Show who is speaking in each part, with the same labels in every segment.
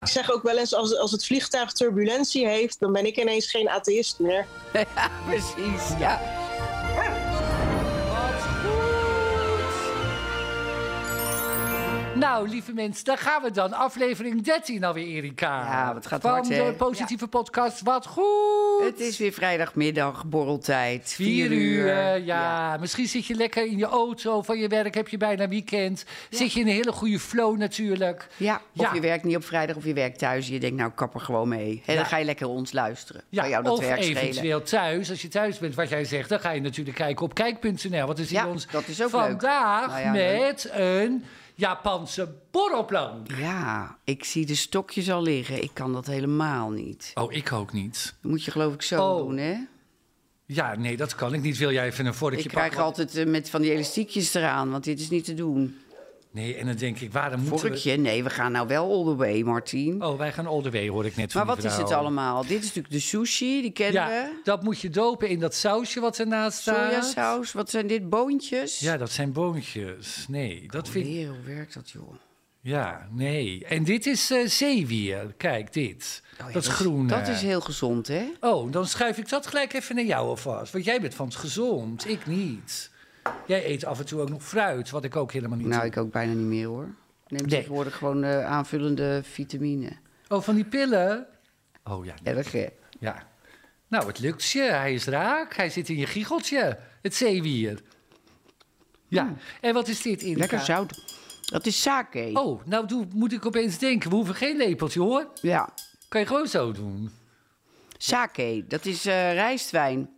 Speaker 1: Ik zeg ook wel eens, als, als het vliegtuig turbulentie heeft, dan ben ik ineens geen atheïst meer.
Speaker 2: Ja, precies. Ja. Nou, lieve mensen, daar gaan we dan. Aflevering 13 alweer, Erika.
Speaker 3: Ja, wat gaat
Speaker 2: Van
Speaker 3: hard, hè?
Speaker 2: de positieve podcast. Wat goed!
Speaker 3: Het is weer vrijdagmiddag, borreltijd.
Speaker 2: Vier uur, ja. Misschien zit je lekker in je auto van je werk, heb je bijna weekend. Zit je in een hele goede flow natuurlijk.
Speaker 3: Ja, of
Speaker 2: Ja.
Speaker 3: je werkt niet op vrijdag of je werkt thuis. Je denkt, nou, kapper gewoon mee. En
Speaker 2: Ja.
Speaker 3: dan ga je lekker ons luisteren.
Speaker 2: Ja,
Speaker 3: Kan jou dat
Speaker 2: of
Speaker 3: werk schelen.
Speaker 2: eventueel thuis, als je thuis bent, wat jij zegt, dan ga je natuurlijk kijken op kijk.nl. Want dan zien
Speaker 3: Ja,
Speaker 2: we ons
Speaker 3: dat is ook leuk.
Speaker 2: vandaag
Speaker 3: Nou ja,
Speaker 2: met een Japanse borrelplan.
Speaker 3: Ja, ik zie de stokjes al liggen. Ik kan dat helemaal niet.
Speaker 2: Oh, ik ook niet.
Speaker 3: Dat moet je geloof ik zo
Speaker 2: Oh,
Speaker 3: doen, hè?
Speaker 2: Ja, nee, dat kan ik niet. Wil jij even een vorkje
Speaker 3: Ik krijg
Speaker 2: pakken?
Speaker 3: altijd eh, met van die elastiekjes eraan, want dit is niet te doen.
Speaker 2: Nee, en dan denk ik, waarom moeten
Speaker 3: Vorkje? Nee, we gaan nou wel all the way, Martien.
Speaker 2: we... Oh, wij gaan all the way, hoor ik net van
Speaker 3: Maar wat
Speaker 2: die
Speaker 3: is het
Speaker 2: vrouw.
Speaker 3: allemaal? Dit is natuurlijk de sushi, die kennen
Speaker 2: Oh, Ja,
Speaker 3: we.
Speaker 2: dat moet je dopen in dat sausje wat ernaast staat.
Speaker 3: Sojasaus, wat zijn dit? Boontjes?
Speaker 2: Ja, dat zijn boontjes. Nee, dat vind ik...
Speaker 3: Weer, hoe werkt dat, joh? Nou
Speaker 2: Ja, nee. En dit is eh, zeewier. Kijk, dit.
Speaker 3: Oh ja,
Speaker 2: dat is groen.
Speaker 3: Dat
Speaker 2: eh.
Speaker 3: is heel gezond, hè?
Speaker 2: Oh, dan schuif ik dat gelijk even naar jou alvast. Want jij bent van het gezond, ik niet. Jij eet af en toe ook nog fruit, wat ik ook helemaal niet
Speaker 3: Nou,
Speaker 2: doe.
Speaker 3: ik ook bijna niet meer, hoor. Ik Neem
Speaker 2: Nee.
Speaker 3: tegenwoordig gewoon eh, aanvullende vitamine.
Speaker 2: Oh, van die pillen? Oh ja,
Speaker 3: Erg, hè?
Speaker 2: ja. Nou, het lukt je. Hij is raak. Hij zit in je giecheltje. Het zeewier. Ja. En wat is dit in?
Speaker 3: Hmm. Lekker zout. Dat is sake.
Speaker 2: Oh, nou doe, moet ik opeens denken. We hoeven geen lepeltje, hoor.
Speaker 3: Ja,
Speaker 2: Kan je gewoon zo doen.
Speaker 3: sake. Dat is eh, rijstwijn.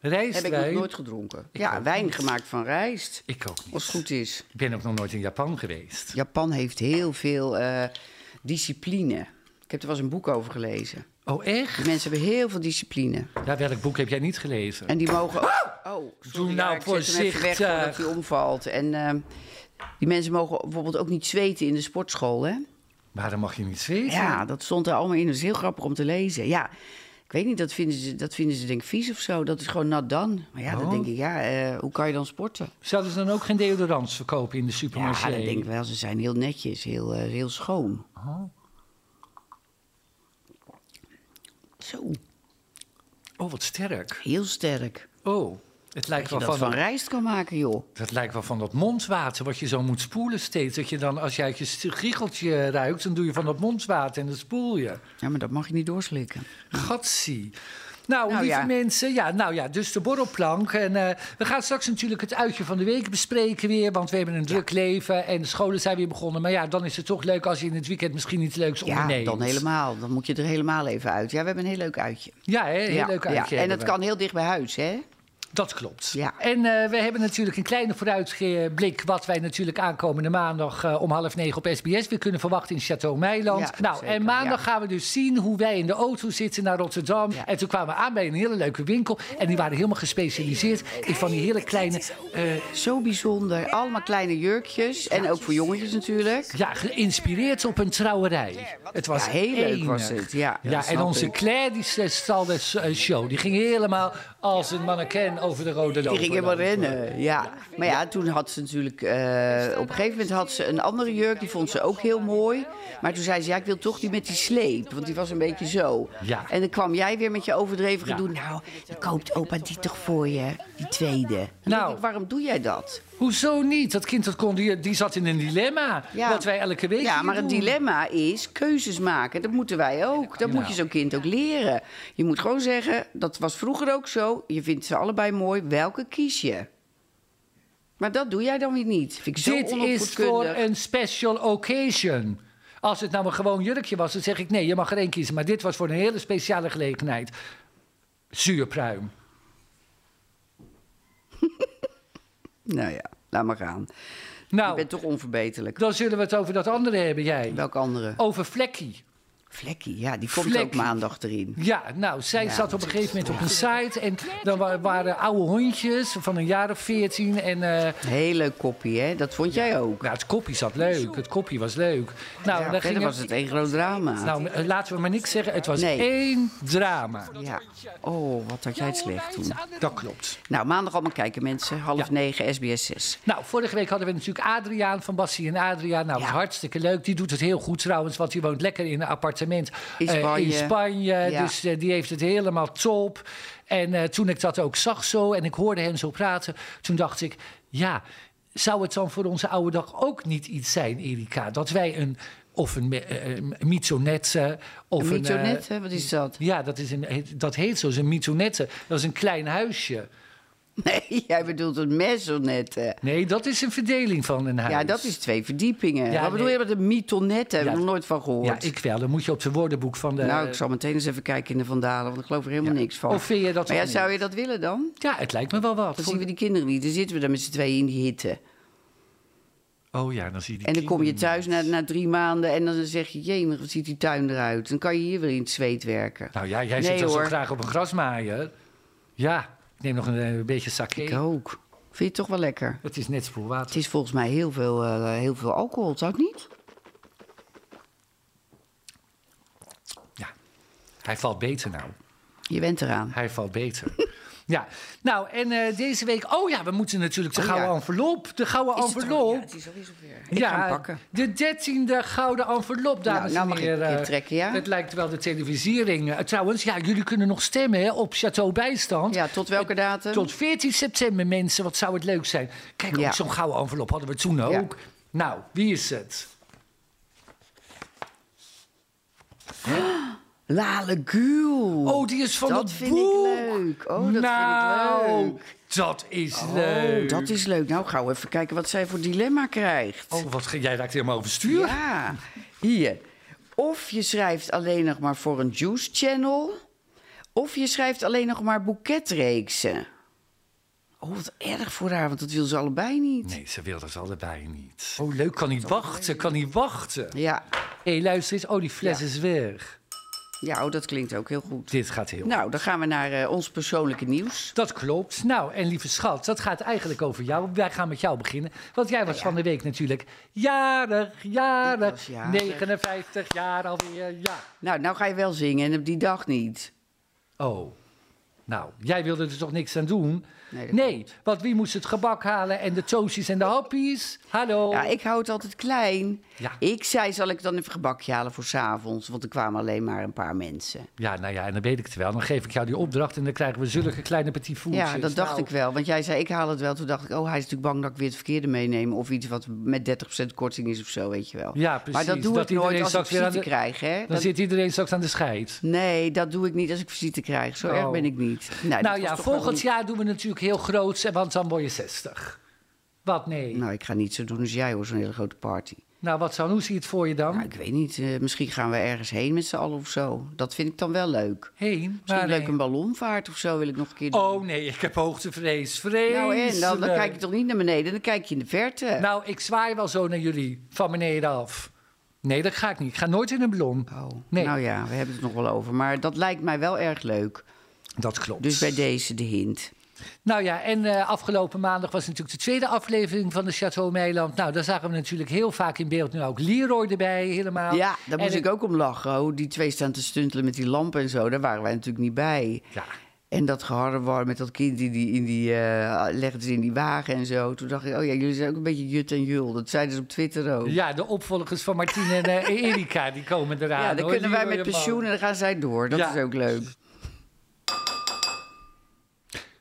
Speaker 3: Heb
Speaker 2: Rijstwijn.
Speaker 3: ik nog nooit gedronken.
Speaker 2: Ik
Speaker 3: ja,
Speaker 2: ook
Speaker 3: wijn
Speaker 2: niet.
Speaker 3: gemaakt van rijst.
Speaker 2: Ik ook niet.
Speaker 3: Als het goed is.
Speaker 2: Ik ben ook nog nooit in Japan geweest.
Speaker 3: Japan heeft heel veel eh, discipline. Ik heb er wel eens een boek over gelezen.
Speaker 2: Oh, echt?
Speaker 3: Die mensen hebben heel veel discipline.
Speaker 2: Ja, welk boek heb jij niet gelezen?
Speaker 3: En die mogen. Oh, sorry,
Speaker 2: nou
Speaker 3: ja, ik zet hem even weg
Speaker 2: voorzichtig.
Speaker 3: voordat hij omvalt. En ehm, die mensen mogen bijvoorbeeld ook niet zweten in de sportschool, hè?
Speaker 2: Maar dan mag je niet zweten.
Speaker 3: Ja, dat stond er allemaal in. Dat is heel grappig om te lezen. Ja, ik weet niet, dat vinden ze, dat vinden ze denk ik vies of zo. Dat is gewoon nat dan. Maar ja,
Speaker 2: Oh.
Speaker 3: dan denk ik, ja, eh, hoe kan je dan sporten?
Speaker 2: Zouden ze dan ook geen deodorants verkopen in de supermarché?
Speaker 3: Ja, dat denk ik wel. Ze zijn heel netjes, heel, eh, heel schoon. Zo,
Speaker 2: Oh, wat sterk.
Speaker 3: heel sterk.
Speaker 2: Oh, het lijkt,
Speaker 3: Dat
Speaker 2: wel
Speaker 3: je dat
Speaker 2: van
Speaker 3: van
Speaker 2: dat,
Speaker 3: rijst kan maken, joh.
Speaker 2: lijkt wel van dat mondwater wat je zo moet spoelen steeds. Dat je dan, als jij je st- giecheltje ruikt, dan doe je van dat mondwater en dan spoel je.
Speaker 3: Ja, maar dat mag je niet doorslikken.
Speaker 2: Gatsie. Nou,
Speaker 3: Nou,
Speaker 2: lieve
Speaker 3: ja.
Speaker 2: mensen, ja, nou ja, dus de borrelplank. En eh, we gaan straks natuurlijk het uitje van de week bespreken weer. Want we hebben een druk leven en de scholen zijn weer begonnen. Maar ja, dan is het toch leuk als je in het weekend misschien iets leuks
Speaker 3: Ja,
Speaker 2: onderneemt.
Speaker 3: dan helemaal. Dan moet je er helemaal even uit. Ja, we hebben een heel leuk uitje.
Speaker 2: Ja, hè, heel
Speaker 3: ja,
Speaker 2: leuk
Speaker 3: ja.
Speaker 2: uitje
Speaker 3: En
Speaker 2: hebben
Speaker 3: dat
Speaker 2: we.
Speaker 3: kan heel dicht bij huis, hè?
Speaker 2: Dat klopt.
Speaker 3: Ja.
Speaker 2: En eh, we hebben natuurlijk een kleine vooruitblik... wat wij natuurlijk aankomende maandag eh, om half negen op SBS... weer kunnen verwachten in Château Meiland.
Speaker 3: Ja,
Speaker 2: nou,
Speaker 3: zeker,
Speaker 2: en
Speaker 3: ja.
Speaker 2: maandag gaan we dus zien hoe wij in de auto zitten naar Rotterdam.
Speaker 3: Ja.
Speaker 2: En toen kwamen we aan bij een hele leuke winkel... en die waren helemaal gespecialiseerd in van die hele kleine... eh,
Speaker 3: Zo bijzonder. Allemaal kleine jurkjes. En ook voor jongetjes natuurlijk.
Speaker 2: ja, geïnspireerd op een trouwerij. Het was
Speaker 3: Ja, heel leuk
Speaker 2: enig.
Speaker 3: was het. Ja,
Speaker 2: Ja,
Speaker 3: dat snap
Speaker 2: en onze
Speaker 3: ik.
Speaker 2: Claire, die stal de s- eh, show. Die ging helemaal als een mannequin over de rode loper.
Speaker 3: Die gingen maar
Speaker 2: lopen.
Speaker 3: rennen, ja. Maar ja, toen had ze natuurlijk... eh, op een gegeven moment had ze een andere jurk, die vond ze ook heel mooi. Maar toen zei ze, ja, ik wil toch die met die sleep. Want die was een beetje zo.
Speaker 2: Ja.
Speaker 3: En dan kwam jij weer met je overdreven
Speaker 2: Ja.
Speaker 3: gedoe. Nou, dan koopt opa die toch voor je, die tweede. Dan denk
Speaker 2: Nou.
Speaker 3: ik, waarom doe jij dat?
Speaker 2: Hoezo niet? Dat kind dat kon, die, die zat in een dilemma.
Speaker 3: Ja.
Speaker 2: Wat wij elke week
Speaker 3: Ja,
Speaker 2: hier
Speaker 3: maar het
Speaker 2: doen.
Speaker 3: dilemma is keuzes maken. Dat moeten wij ook. Dat
Speaker 2: Ja.
Speaker 3: moet je zo'n kind ook leren. Je moet gewoon zeggen, dat was vroeger ook zo. Je vindt ze allebei mooi. Welke kies je? Maar dat doe jij dan weer niet. Vind ik zo
Speaker 2: Dit is voor
Speaker 3: onopvoedkundig.
Speaker 2: een special occasion. Als het nou een gewoon jurkje was, dan zeg ik nee, je mag er één kiezen. Maar dit was voor een hele speciale gelegenheid. Zuurpruim.
Speaker 3: Nou ja, laat maar gaan. je
Speaker 2: Nou,
Speaker 3: bent toch onverbeterlijk.
Speaker 2: dan zullen we het over dat andere hebben, jij.
Speaker 3: Welke andere?
Speaker 2: Over vlekkie.
Speaker 3: Vlekkie, ja, die komt ook
Speaker 2: Oh. Vlekkie.
Speaker 3: maandag erin.
Speaker 2: Ja, nou, zij
Speaker 3: Ja,
Speaker 2: zat op een gegeven moment op een site. En dan wa- waren oude hondjes van een jaar of veertien. En eh,
Speaker 3: Heel leuk koppie, hè? Dat vond jij ook.
Speaker 2: ja, het kopje zat leuk. Het kopje was leuk. Nou,
Speaker 3: Ja, verder
Speaker 2: dan ging
Speaker 3: was
Speaker 2: het,
Speaker 3: het één groot drama.
Speaker 2: nou eh, laten we maar niks zeggen. Het was
Speaker 3: Nee.
Speaker 2: één drama.
Speaker 3: Ja. Oh, wat had jij het slecht toen.
Speaker 2: Dat klopt.
Speaker 3: Nou, maandag allemaal kijken, mensen. Half negen, SBS 6.
Speaker 2: Nou, vorige week hadden we natuurlijk Adriaan van Bassie en Adriaan. Nou,
Speaker 3: Ja.
Speaker 2: was hartstikke leuk. Die doet het heel goed trouwens, want die woont lekker in een appartement
Speaker 3: In
Speaker 2: eh,
Speaker 3: Spanje.
Speaker 2: in Spanje.
Speaker 3: Ja.
Speaker 2: Dus eh, die heeft het helemaal top. En eh, toen ik dat ook zag zo en ik hoorde hem zo praten, toen dacht ik, ja, zou het dan voor onze oude dag ook niet iets zijn, Erika? Dat wij een, of een uh, mitonet eh, of
Speaker 3: Een
Speaker 2: een... eh,
Speaker 3: mitonet, hè? Wat is dat?
Speaker 2: ja, dat, is een, dat heet zo, een mitonette. Dat is een klein huisje.
Speaker 3: Nee, jij bedoelt een mesonet. hè?
Speaker 2: Nee, dat is een verdeling van een huis.
Speaker 3: Ja, dat is twee verdiepingen.
Speaker 2: Ja,
Speaker 3: Wat bedoel
Speaker 2: nee.
Speaker 3: je met een mitonette? Heb ik
Speaker 2: Ja.
Speaker 3: nog nooit van
Speaker 2: Ja,
Speaker 3: gehoord.
Speaker 2: ik wel. Dan moet je op zijn woordenboek van de...
Speaker 3: nou, ik zal meteen eens even kijken in de Vandalen, want ik geloof er helemaal niks van.
Speaker 2: Of vind je dat
Speaker 3: maar ja,
Speaker 2: wel
Speaker 3: zou je dat willen dan?
Speaker 2: Ja, het lijkt me wel wat.
Speaker 3: Dan zien we die kinderen niet. Dan zitten we daar met z'n tweeën in die hitte.
Speaker 2: Oh ja, dan zie je die
Speaker 3: En dan kom je
Speaker 2: kinderen.
Speaker 3: thuis na, na drie maanden en dan zeg je... Jemig, wat ziet die tuin eruit? Dan kan je hier weer in het zweet werken.
Speaker 2: Nou ja, jij
Speaker 3: Nee,
Speaker 2: zit dan zo
Speaker 3: hoor.
Speaker 2: graag op een grasmaaier. Ja, ik neem nog een, eh, beetje
Speaker 3: Ik
Speaker 2: sake.
Speaker 3: ook. Vind je het toch wel lekker?
Speaker 2: Het is net spoel water.
Speaker 3: Het is volgens mij heel veel, eh, heel veel alcohol, zou het niet?
Speaker 2: Ja. Hij valt beter nou.
Speaker 3: Je bent eraan.
Speaker 2: Hij valt beter. ja, nou en eh, deze week... Oh ja, we moeten natuurlijk de
Speaker 3: Oh ja.
Speaker 2: gouden envelop. De gouden
Speaker 3: Is het al-
Speaker 2: envelop.
Speaker 3: Ja, het is alweer zover. Ik ga hem pakken.
Speaker 2: De dertiende gouden envelop, dames
Speaker 3: nou mag
Speaker 2: en
Speaker 3: ik
Speaker 2: heren.
Speaker 3: een keer trekken, ja?
Speaker 2: Het lijkt wel de televisiering. Eh, Trouwens, ja, jullie kunnen nog stemmen hè, op Chateau Bijstand.
Speaker 3: Ja, tot welke datum?
Speaker 2: Tot 14 september, mensen. Wat zou het leuk zijn. Kijk,
Speaker 3: Ja.
Speaker 2: ook zo'n gouden envelop hadden we toen ook. Nou, wie is het?
Speaker 3: Lale Gül.
Speaker 2: Oh, die is van
Speaker 3: dat
Speaker 2: het
Speaker 3: vind ik
Speaker 2: boek.
Speaker 3: leuk. Oh, dat vind ik
Speaker 2: Nou,
Speaker 3: leuk.
Speaker 2: dat is
Speaker 3: Oh,
Speaker 2: leuk.
Speaker 3: dat is leuk. Nou, gauw even kijken wat zij voor dilemma krijgt.
Speaker 2: Oh, wat, ge- jij raakt helemaal overstuur.
Speaker 3: Ja, hier. Of je schrijft alleen nog maar voor een juice channel. Of je schrijft alleen nog maar boeketreeksen. Oh, wat erg voor haar, want dat wil ze allebei niet.
Speaker 2: Nee, ze wil dat allebei niet. Oh, leuk. Kan niet wachten, kan niet wachten.
Speaker 3: Ja,
Speaker 2: Hé, luister eens. Oh, die fles
Speaker 3: Ja.
Speaker 2: is weg.
Speaker 3: ja oh, dat klinkt ook heel goed.
Speaker 2: Dit gaat heel
Speaker 3: Nou, dan gaan we naar eh, ons persoonlijke nieuws.
Speaker 2: Dat klopt. Nou, en lieve schat, dat gaat eigenlijk over jou. Wij gaan met jou beginnen. Want jij was van de week natuurlijk jarig,
Speaker 3: Ik
Speaker 2: jarig.
Speaker 3: was jarig.
Speaker 2: 59 jaar alweer, ja.
Speaker 3: Nou, nou ga je wel zingen en op die dag niet.
Speaker 2: Oh, nou, jij wilde er toch niks aan doen?
Speaker 3: Nee, dat
Speaker 2: Nee, want wie moest het gebak halen en de toosjes en de happies? Hallo?
Speaker 3: Ja, ik hou het altijd klein.
Speaker 2: Ja.
Speaker 3: Ik zei, zal ik dan even gebakje halen voor 's avonds? Want er kwamen alleen maar een paar mensen.
Speaker 2: Ja, nou ja, en dan weet ik het wel. Dan geef ik jou die opdracht en dan krijgen we zulke kleine petit voertjes.
Speaker 3: Ja, dat dacht
Speaker 2: Nou,
Speaker 3: ik wel. Want jij zei, ik haal het wel. Toen dacht ik, oh, hij is natuurlijk bang dat ik weer het verkeerde meeneem. Of iets wat met 30% korting is of zo, weet je wel.
Speaker 2: Ja, precies.
Speaker 3: Maar dat doe ik nooit
Speaker 2: Dat iedereen
Speaker 3: als ik
Speaker 2: straks weer aan
Speaker 3: visite
Speaker 2: de-
Speaker 3: krijg, hè?
Speaker 2: Dan
Speaker 3: Dat-
Speaker 2: zit iedereen straks aan de scheid.
Speaker 3: Nee, dat doe ik niet als ik visite krijg. Zo
Speaker 2: Oh.
Speaker 3: erg ben ik niet. dat
Speaker 2: nou
Speaker 3: was
Speaker 2: ja,
Speaker 3: toch wel
Speaker 2: volgend
Speaker 3: een-
Speaker 2: jaar doen we natuurlijk heel groots, want dan word je 60. Wat nee?
Speaker 3: Nou, ik ga niet zo doen als jij, hoor. Zo'n hele grote party.
Speaker 2: Nou, wat dan? Hoe zie je het voor je dan?
Speaker 3: Nou, ik weet niet. eh, misschien gaan we ergens heen met z'n allen of zo. Dat vind ik dan wel leuk.
Speaker 2: Heen?
Speaker 3: Misschien leuk
Speaker 2: waarheen?
Speaker 3: een ballonvaart of zo wil ik nog een keer doen.
Speaker 2: Oh nee, ik heb hoogtevrees. Vrees.
Speaker 3: nou, en dan, dan kijk je toch niet naar beneden, dan kijk je in de verte.
Speaker 2: Nou, ik zwaai wel zo naar jullie, van beneden af. Nee, dat ga ik niet. Ik ga nooit in een ballon.
Speaker 3: Oh,
Speaker 2: Nee.
Speaker 3: nou ja, we hebben het nog wel over. Maar dat lijkt mij wel erg leuk.
Speaker 2: Dat klopt.
Speaker 3: Dus bij deze de hint.
Speaker 2: Nou ja, en eh, afgelopen maandag was natuurlijk de tweede aflevering van de Chateau Meiland. Nou, daar zagen we natuurlijk heel vaak in beeld nu ook Leroy erbij helemaal.
Speaker 3: Ja, daar
Speaker 2: Nou, En
Speaker 3: moest ik ook om lachen. Hoe die twee staan te stuntelen met die lamp en zo. Daar waren wij natuurlijk niet bij.
Speaker 2: Ja.
Speaker 3: En dat geharrewar met dat kind in die, in die eh, legden ze in die wagen en zo. Toen dacht ik, oh ja, jullie zijn ook een beetje jut en jul. Dat zeiden ze op Twitter ook.
Speaker 2: Ja, de opvolgers van Martine en eh, Erika, die komen eraan.
Speaker 3: Ja, dan
Speaker 2: hoor.
Speaker 3: kunnen wij
Speaker 2: Leroy
Speaker 3: met
Speaker 2: en Mo.
Speaker 3: pensioen en dan gaan zij door. Dat
Speaker 2: Ja.
Speaker 3: is ook leuk.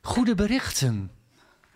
Speaker 2: Goede berichten.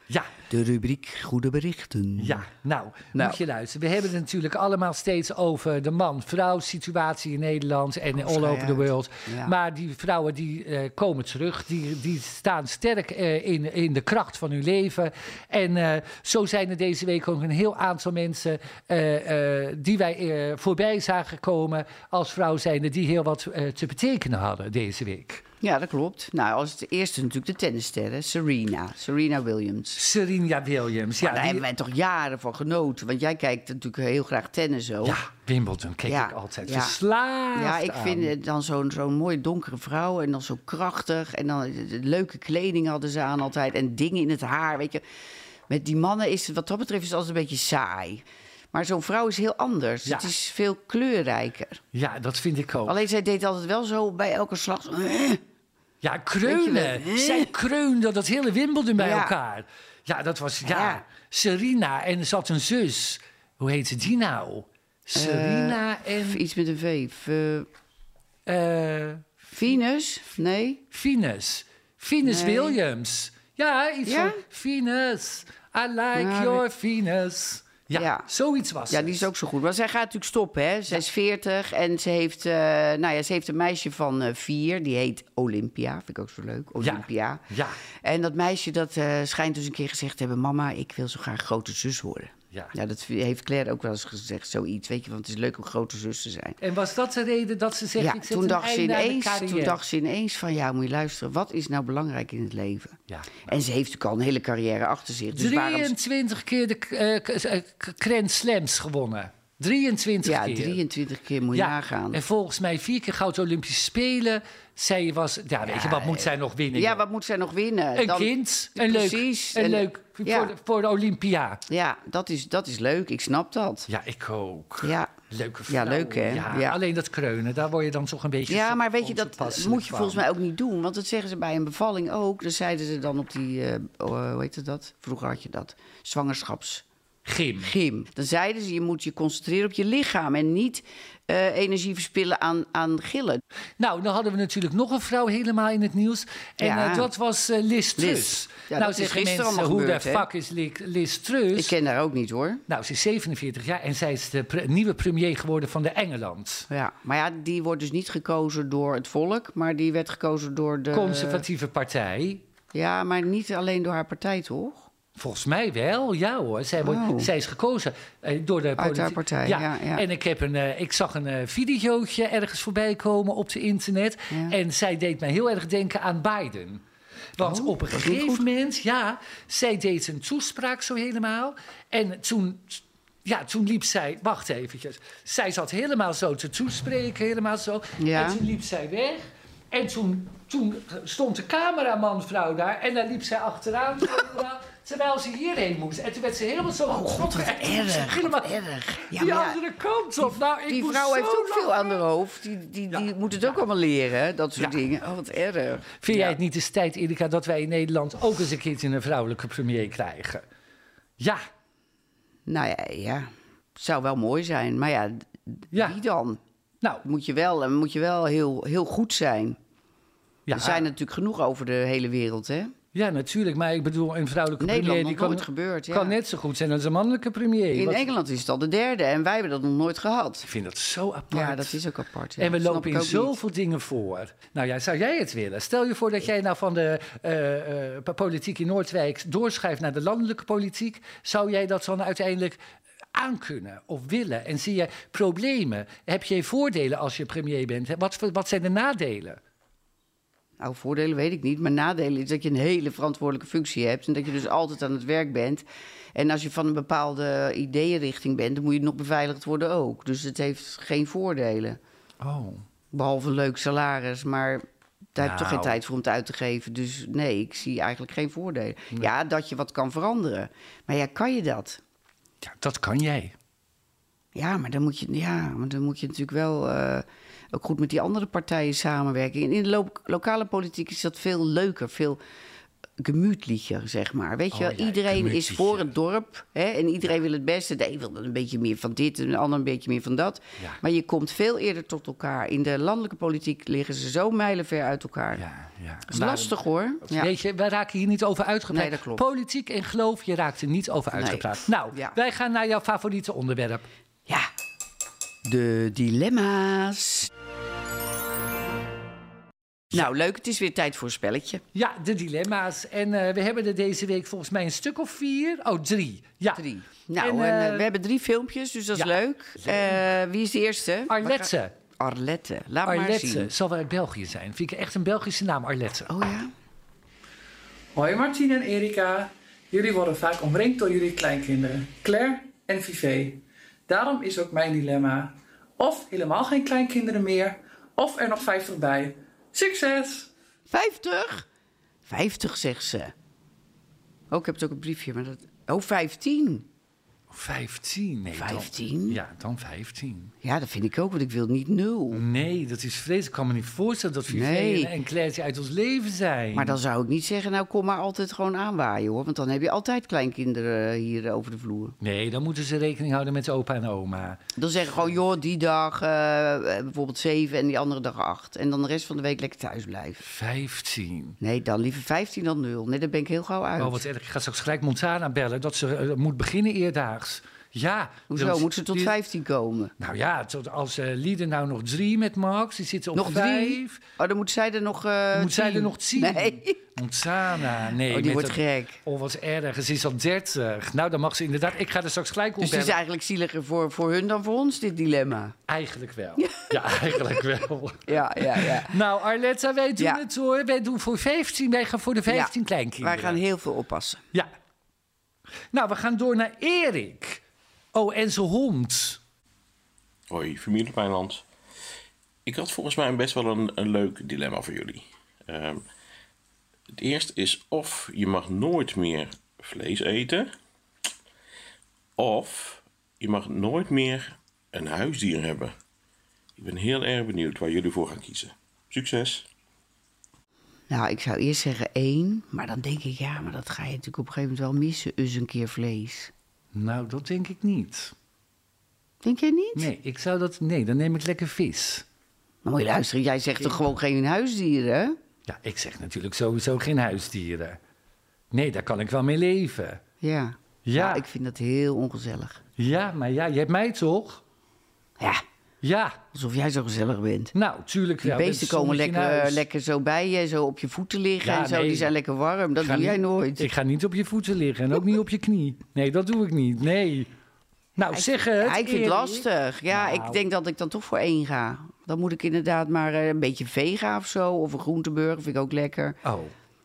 Speaker 2: Ja,
Speaker 3: De rubriek Goede Berichten.
Speaker 2: Ja, nou,
Speaker 3: Nou.
Speaker 2: moet je luisteren. We hebben het natuurlijk allemaal steeds over de man-vrouw situatie in Nederland en all
Speaker 3: schei
Speaker 2: over the
Speaker 3: uit.
Speaker 2: world.
Speaker 3: Ja.
Speaker 2: Maar die vrouwen die eh, komen terug, die, die staan sterk eh, in, in de kracht van hun leven. En eh, zo zijn er deze week ook een heel aantal mensen eh, eh, die wij eh, voorbij zagen komen als vrouw zijnde, die heel wat eh, te betekenen hadden deze week.
Speaker 3: Ja, dat klopt. Nou, als het eerste natuurlijk de tennisster, hè, Serena. Serena Williams. Nou,
Speaker 2: Serena Williams. Ja,
Speaker 3: daar
Speaker 2: die-
Speaker 3: hebben wij toch jaren van genoten. Want jij kijkt natuurlijk heel graag tennis ook.
Speaker 2: ja Wimbledon keek
Speaker 3: Ja,
Speaker 2: ik altijd.
Speaker 3: ja.
Speaker 2: Verslaafd
Speaker 3: Ja, ik
Speaker 2: aan.
Speaker 3: vind het dan zo'n zo'n mooie donkere vrouw en dan zo krachtig. En dan eh, leuke kleding hadden ze aan altijd en dingen in het haar, weet je. Met die mannen is het wat dat betreft is het altijd een beetje saai. Maar zo'n vrouw is heel anders.
Speaker 2: Ja.
Speaker 3: Het is veel kleurrijker.
Speaker 2: Ja, dat vind ik ook.
Speaker 3: Alleen zij deed altijd wel zo bij elke slag. zo, "Eh."
Speaker 2: Ja,
Speaker 3: Weet je wel,
Speaker 2: kreunen.
Speaker 3: hè?
Speaker 2: Zij kreunde dat hele Wimbledon bij
Speaker 3: Ja.
Speaker 2: elkaar. Ja, dat was... Ja,
Speaker 3: Ja.
Speaker 2: Serena en ze had een zus. Hoe heette die nou? Serena
Speaker 3: Of
Speaker 2: en
Speaker 3: Iets met een V. V-
Speaker 2: eh
Speaker 3: Venus? Nee.
Speaker 2: Venus. Venus
Speaker 3: Nee.
Speaker 2: Williams. Ja, iets
Speaker 3: Ja?
Speaker 2: van Venus. I like
Speaker 3: Ja,
Speaker 2: your Venus. Ja,
Speaker 3: Ja.
Speaker 2: zoiets was
Speaker 3: Ja, die is
Speaker 2: het.
Speaker 3: ook zo goed. Maar zij gaat natuurlijk stoppen, hè? Zij is 40 en ze heeft, eh, nou ja, ze heeft een meisje van eh, vier. Die heet Olympia. Vind ik ook zo leuk. Olympia.
Speaker 2: Ja,
Speaker 3: En dat meisje dat eh, schijnt dus een keer gezegd te hebben: Mama, ik wil zo graag grote zus worden.
Speaker 2: ja.
Speaker 3: Ja, dat heeft Claire ook wel eens gezegd, zoiets. Weet je, want het is leuk om grote zus te zijn.
Speaker 2: En was dat de reden dat ze zegt...
Speaker 3: ja,
Speaker 2: ik zet
Speaker 3: toen
Speaker 2: een
Speaker 3: dacht, ze
Speaker 2: einde aan de
Speaker 3: ineens,
Speaker 2: carrière?
Speaker 3: toen dacht ze ineens van ja, moet je luisteren, wat is nou belangrijk in het leven?
Speaker 2: Ja.
Speaker 3: En ze heeft natuurlijk al een hele carrière achter zich. Dus waarom...
Speaker 2: 23 keer de eh, k- eh, k- Grand Slams gewonnen. 23
Speaker 3: Ja,
Speaker 2: keer.
Speaker 3: 23 keer moet je nagaan.
Speaker 2: En volgens mij vier keer goud Olympische Spelen. Zij was, ja, weet je, wat moet zij nog winnen?
Speaker 3: Ja,
Speaker 2: joh?
Speaker 3: wat moet zij nog winnen?
Speaker 2: een
Speaker 3: Dan-
Speaker 2: kind, een
Speaker 3: Precies,
Speaker 2: leuk, een
Speaker 3: en-
Speaker 2: leuk
Speaker 3: ja.
Speaker 2: voor, de, voor de Olympia.
Speaker 3: Ja, dat is, dat is leuk. Ik snap dat.
Speaker 2: Ja, ik ook.
Speaker 3: Ja.
Speaker 2: Leuke
Speaker 3: Ja,
Speaker 2: vrouw.
Speaker 3: leuk, hè?
Speaker 2: Ja,
Speaker 3: Ja.
Speaker 2: alleen dat kreunen, daar word je dan toch een beetje
Speaker 3: Ja, maar weet je, dat eh,
Speaker 2: ontoepasselijk
Speaker 3: moet je
Speaker 2: van.
Speaker 3: volgens mij ook niet doen. Want dat zeggen ze bij een bevalling ook. Dan zeiden ze dan op die, eh, oh, hoe heette dat? Vroeger had je dat. Zwangerschapsgym.
Speaker 2: Gym.
Speaker 3: Dan zeiden ze, je moet je concentreren op je lichaam. En niet eh, energie verspillen aan, aan gillen.
Speaker 2: Nou, dan hadden we natuurlijk nog een vrouw helemaal in het nieuws. En
Speaker 3: Ja.
Speaker 2: eh, dat was eh Liz Truss.
Speaker 3: Liz. Ja,
Speaker 2: nou,
Speaker 3: dat is
Speaker 2: zeggen
Speaker 3: gisteren
Speaker 2: mensen,
Speaker 3: allemaal
Speaker 2: hoe
Speaker 3: gebeurd,
Speaker 2: de
Speaker 3: hè?
Speaker 2: fuck is Li- Liz Truss?
Speaker 3: Ik ken haar ook niet hoor.
Speaker 2: Nou, ze is 47 jaar en zij is de pre- nieuwe premier geworden van de Engeland.
Speaker 3: Ja. Maar ja, die wordt dus niet gekozen door het volk. Maar die werd gekozen door de...
Speaker 2: Conservatieve partij.
Speaker 3: Ja, maar niet alleen door haar partij toch?
Speaker 2: Volgens mij wel, ja hoor. Zij, wordt,
Speaker 3: Oh.
Speaker 2: zij is gekozen eh, door de
Speaker 3: haar
Speaker 2: politie-
Speaker 3: partij, ja, ja.
Speaker 2: En ik, heb een, eh, ik zag een eh, videootje ergens voorbij komen op het internet.
Speaker 3: Ja.
Speaker 2: En zij deed mij heel erg denken aan Biden. Want op een
Speaker 3: Oh, dat ging
Speaker 2: gegeven moment, ja, zij deed een toespraak zo helemaal. En toen, ja, toen liep zij, wacht eventjes. Zij zat helemaal zo te toespreken, helemaal zo.
Speaker 3: Ja.
Speaker 2: En toen liep zij weg. En toen, toen stond de cameramanvrouw daar en daar liep zij achteraan. achteraan, terwijl ze hierheen moest. En toen werd ze helemaal zo oh, god, wat
Speaker 3: erg,
Speaker 2: Helemaal
Speaker 3: Erg. Ja,
Speaker 2: die
Speaker 3: maar ja,
Speaker 2: andere kant op. Nou, ik
Speaker 3: Die
Speaker 2: moest
Speaker 3: vrouw
Speaker 2: zo
Speaker 3: heeft ook veel
Speaker 2: lachen.
Speaker 3: aan haar hoofd. Die, die,
Speaker 2: Ja.
Speaker 3: die moet het ook allemaal leren, hè, dat soort
Speaker 2: Ja.
Speaker 3: dingen. Oh, wat erg.
Speaker 2: Vind jij
Speaker 3: Ja.
Speaker 2: het niet eens tijd, Erika, dat wij in Nederland ook eens een keertje een vrouwelijke premier krijgen? Ja,
Speaker 3: Nou ja, ja, zou wel mooi zijn. Maar ja, d-
Speaker 2: Ja.
Speaker 3: wie dan?
Speaker 2: nou,
Speaker 3: Moet je wel, eh, moet je wel heel, heel goed zijn.
Speaker 2: ja,
Speaker 3: Er zijn er natuurlijk genoeg over de hele wereld, hè?
Speaker 2: ja, natuurlijk. Maar ik bedoel, een vrouwelijke
Speaker 3: Nederland
Speaker 2: premier
Speaker 3: nog
Speaker 2: die kan,
Speaker 3: nooit gebeurd, ja.
Speaker 2: kan net zo goed zijn als een mannelijke premier.
Speaker 3: In E-
Speaker 2: Want
Speaker 3: Engeland is het al de derde en wij hebben dat nog nooit gehad.
Speaker 2: Ik vind dat zo apart.
Speaker 3: Ja, dat is ook apart. ja.
Speaker 2: en we
Speaker 3: Snap
Speaker 2: lopen
Speaker 3: ik
Speaker 2: in
Speaker 3: ook niet.
Speaker 2: zoveel dingen voor. Nou ja, zou jij het willen? Stel je voor dat jij nou van de eh, eh, politiek in Noordwijk doorschuift naar de landelijke politiek. Zou jij dat dan uiteindelijk aankunnen of willen? En zie je problemen? Heb je voordelen als je premier bent? Wat, voor- wat zijn de nadelen?
Speaker 3: Nou, voordelen weet ik niet. Maar nadelen is dat je een hele verantwoordelijke functie hebt. En dat je dus altijd aan het werk bent. En als je van een bepaalde ideeënrichting bent, dan moet je nog beveiligd worden ook. Dus het heeft geen voordelen.
Speaker 2: Oh.
Speaker 3: Behalve een leuk salaris, maar daar heb je toch geen
Speaker 2: Nou.
Speaker 3: tijd voor om het uit te geven. Dus nee, ik zie eigenlijk geen voordelen. Ja, dat je wat kan veranderen. Maar ja, kan je dat?
Speaker 2: Ja, dat kan jij.
Speaker 3: Ja, maar dan moet je, ja, maar dan moet je natuurlijk wel eh, ook goed met die andere partijen samenwerken. En in de lo- lokale politiek is dat veel leuker, veel gemütlicher, zeg maar. Weet je
Speaker 2: Oh
Speaker 3: wel,
Speaker 2: ja,
Speaker 3: iedereen is
Speaker 2: gemütlicher.
Speaker 3: voor het dorp hè, en iedereen wil het beste. De een wil een beetje meer van dit en de ander een beetje meer van dat.
Speaker 2: Ja.
Speaker 3: Maar je komt veel eerder tot elkaar. In de landelijke politiek liggen ze zo mijlenver uit elkaar.
Speaker 2: Ja, ja.
Speaker 3: Dat is lastig hoor. Ja.
Speaker 2: Weet je, wij raken hier niet over uitgepraat.
Speaker 3: Nee, dat klopt.
Speaker 2: Politiek en geloof, je raakt er niet over
Speaker 3: Nee.
Speaker 2: uitgepraat. Nou,
Speaker 3: Ja.
Speaker 2: wij gaan naar jouw favoriete onderwerp.
Speaker 3: ja. De dilemma's. Nou, leuk. Het is weer tijd voor een spelletje.
Speaker 2: Ja, de dilemma's. En eh, we hebben er deze week volgens mij een stuk of vier. Oh, drie. Ja.
Speaker 3: Drie. Nou,
Speaker 2: En,
Speaker 3: en, eh,
Speaker 2: eh,
Speaker 3: we hebben drie filmpjes, dus dat is
Speaker 2: ja.
Speaker 3: leuk. Eh, wie is de eerste?
Speaker 2: Arletse.
Speaker 3: Arlette. Laat maar
Speaker 2: Arlette
Speaker 3: zien.
Speaker 2: zal wel uit België zijn. Vind ik echt een Belgische naam, Arlette.
Speaker 3: Oh ja?
Speaker 4: Hoi Martien en Erika. Jullie worden vaak omringd door jullie kleinkinderen, Claire en Vivé. Daarom is ook mijn dilemma. Of helemaal geen kleinkinderen meer, of er nog 50 bij. Succes!
Speaker 3: 50? 50 zegt ze. Oh, ik heb het ook een briefje, maar dat... Oh, 15.
Speaker 2: 15. Nee, dan-
Speaker 3: 15?
Speaker 2: ja, dan 15.
Speaker 3: Ja, dat vind ik ook, want ik wil niet nul.
Speaker 2: Nee, dat is vreselijk. Ik kan me niet voorstellen dat Vivienne
Speaker 3: Nee.
Speaker 2: en Claire uit ons leven zijn.
Speaker 3: Maar dan zou ik niet zeggen, nou kom maar altijd gewoon aanwaaien hoor. Want dan heb je altijd kleinkinderen eh, hier over de vloer.
Speaker 2: Nee, dan moeten ze rekening houden met opa en oma.
Speaker 3: Dan zeggen gewoon, joh, die dag eh, bijvoorbeeld 7 en die andere dag 8. En dan de rest van de week lekker thuis blijven.
Speaker 2: 15.
Speaker 3: Nee, dan liever 15 dan 0. Nee, daar ben ik heel gauw uit.
Speaker 2: Oh, wat erg. Ik ga straks gelijk Montana bellen dat ze eh, moet beginnen eerdaags. Ja.
Speaker 3: Hoezo?
Speaker 2: dat-
Speaker 3: Moet ze tot
Speaker 2: die-
Speaker 3: 15 komen?
Speaker 2: Nou ja, tot als eh Lieden nou nog drie met Max, die zitten op
Speaker 3: Nog drie?
Speaker 2: vijf.
Speaker 3: Oh, dan moet zij er nog. eh,
Speaker 2: Moet zij er
Speaker 3: tien.
Speaker 2: nog zien?
Speaker 3: Nee.
Speaker 2: Montana, nee.
Speaker 3: Oh, die
Speaker 2: met
Speaker 3: wordt
Speaker 2: dat-
Speaker 3: gek.
Speaker 2: Oh, wat erg. Ze is al 30. Nou, dan mag ze inderdaad. Ik ga er straks gelijk op
Speaker 3: Dus het is
Speaker 2: bellen.
Speaker 3: eigenlijk zieliger voor, voor hun dan voor ons, dit dilemma.
Speaker 2: Eigenlijk wel. Ja, eigenlijk wel.
Speaker 3: Ja, ja, ja.
Speaker 2: Nou, Arletta, wij doen
Speaker 3: Ja.
Speaker 2: het hoor. Wij doen voor 15. Wij gaan voor de 15
Speaker 3: Ja,
Speaker 2: kleinkinderen.
Speaker 3: Wij gaan heel veel oppassen.
Speaker 2: Ja. Nou, we gaan door naar Erik. Oh, en zijn hond.
Speaker 5: Hoi, familie Pijnland. Ik had volgens mij best wel een, een leuk dilemma voor jullie. Ehm, het eerste is of je mag nooit meer vlees eten, of je mag nooit meer een huisdier hebben. Ik ben heel erg benieuwd waar jullie voor gaan kiezen. Succes!
Speaker 3: Nou, ik zou eerst zeggen één, maar dan denk ik, ja, maar dat ga je natuurlijk op een gegeven moment wel missen, eens een keer vlees.
Speaker 2: Nou, dat denk ik niet.
Speaker 3: Denk jij niet?
Speaker 2: Nee, ik zou dat. Nee, dan neem ik lekker vis.
Speaker 3: Dan moet je luisteren, jij zegt toch gewoon geen huisdieren?
Speaker 2: Ja, ik zeg natuurlijk sowieso geen huisdieren. Nee, daar kan ik wel mee leven.
Speaker 3: Ja.
Speaker 2: Ja.
Speaker 3: Nou, ik vind dat heel ongezellig.
Speaker 2: Ja, maar ja, je hebt mij toch?
Speaker 3: Ja,
Speaker 2: Ja,
Speaker 3: alsof jij zo gezellig bent.
Speaker 2: nou, tuurlijk
Speaker 3: Die
Speaker 2: wel. Met
Speaker 3: beesten
Speaker 2: het
Speaker 3: komen
Speaker 2: zonnetje in
Speaker 3: lekker, eh,
Speaker 2: huis.
Speaker 3: lekker zo bij je, zo op je voeten liggen
Speaker 2: Ja,
Speaker 3: en zo.
Speaker 2: nee.
Speaker 3: Die zijn lekker warm. Dat
Speaker 2: Ik ga
Speaker 3: doe jij
Speaker 2: niet-
Speaker 3: nooit.
Speaker 2: Ik ga niet op je voeten liggen en ook niet op je knie. Nee, dat doe ik niet. Nee. Nou, zeg het.
Speaker 3: Ja, ik vind het
Speaker 2: Erik.
Speaker 3: lastig. Ja,
Speaker 2: Nou.
Speaker 3: ik denk dat ik dan toch voor één ga. Dan moet ik inderdaad maar eh, een beetje vega of zo. Of een groenteburger vind ik ook lekker.
Speaker 2: Oh.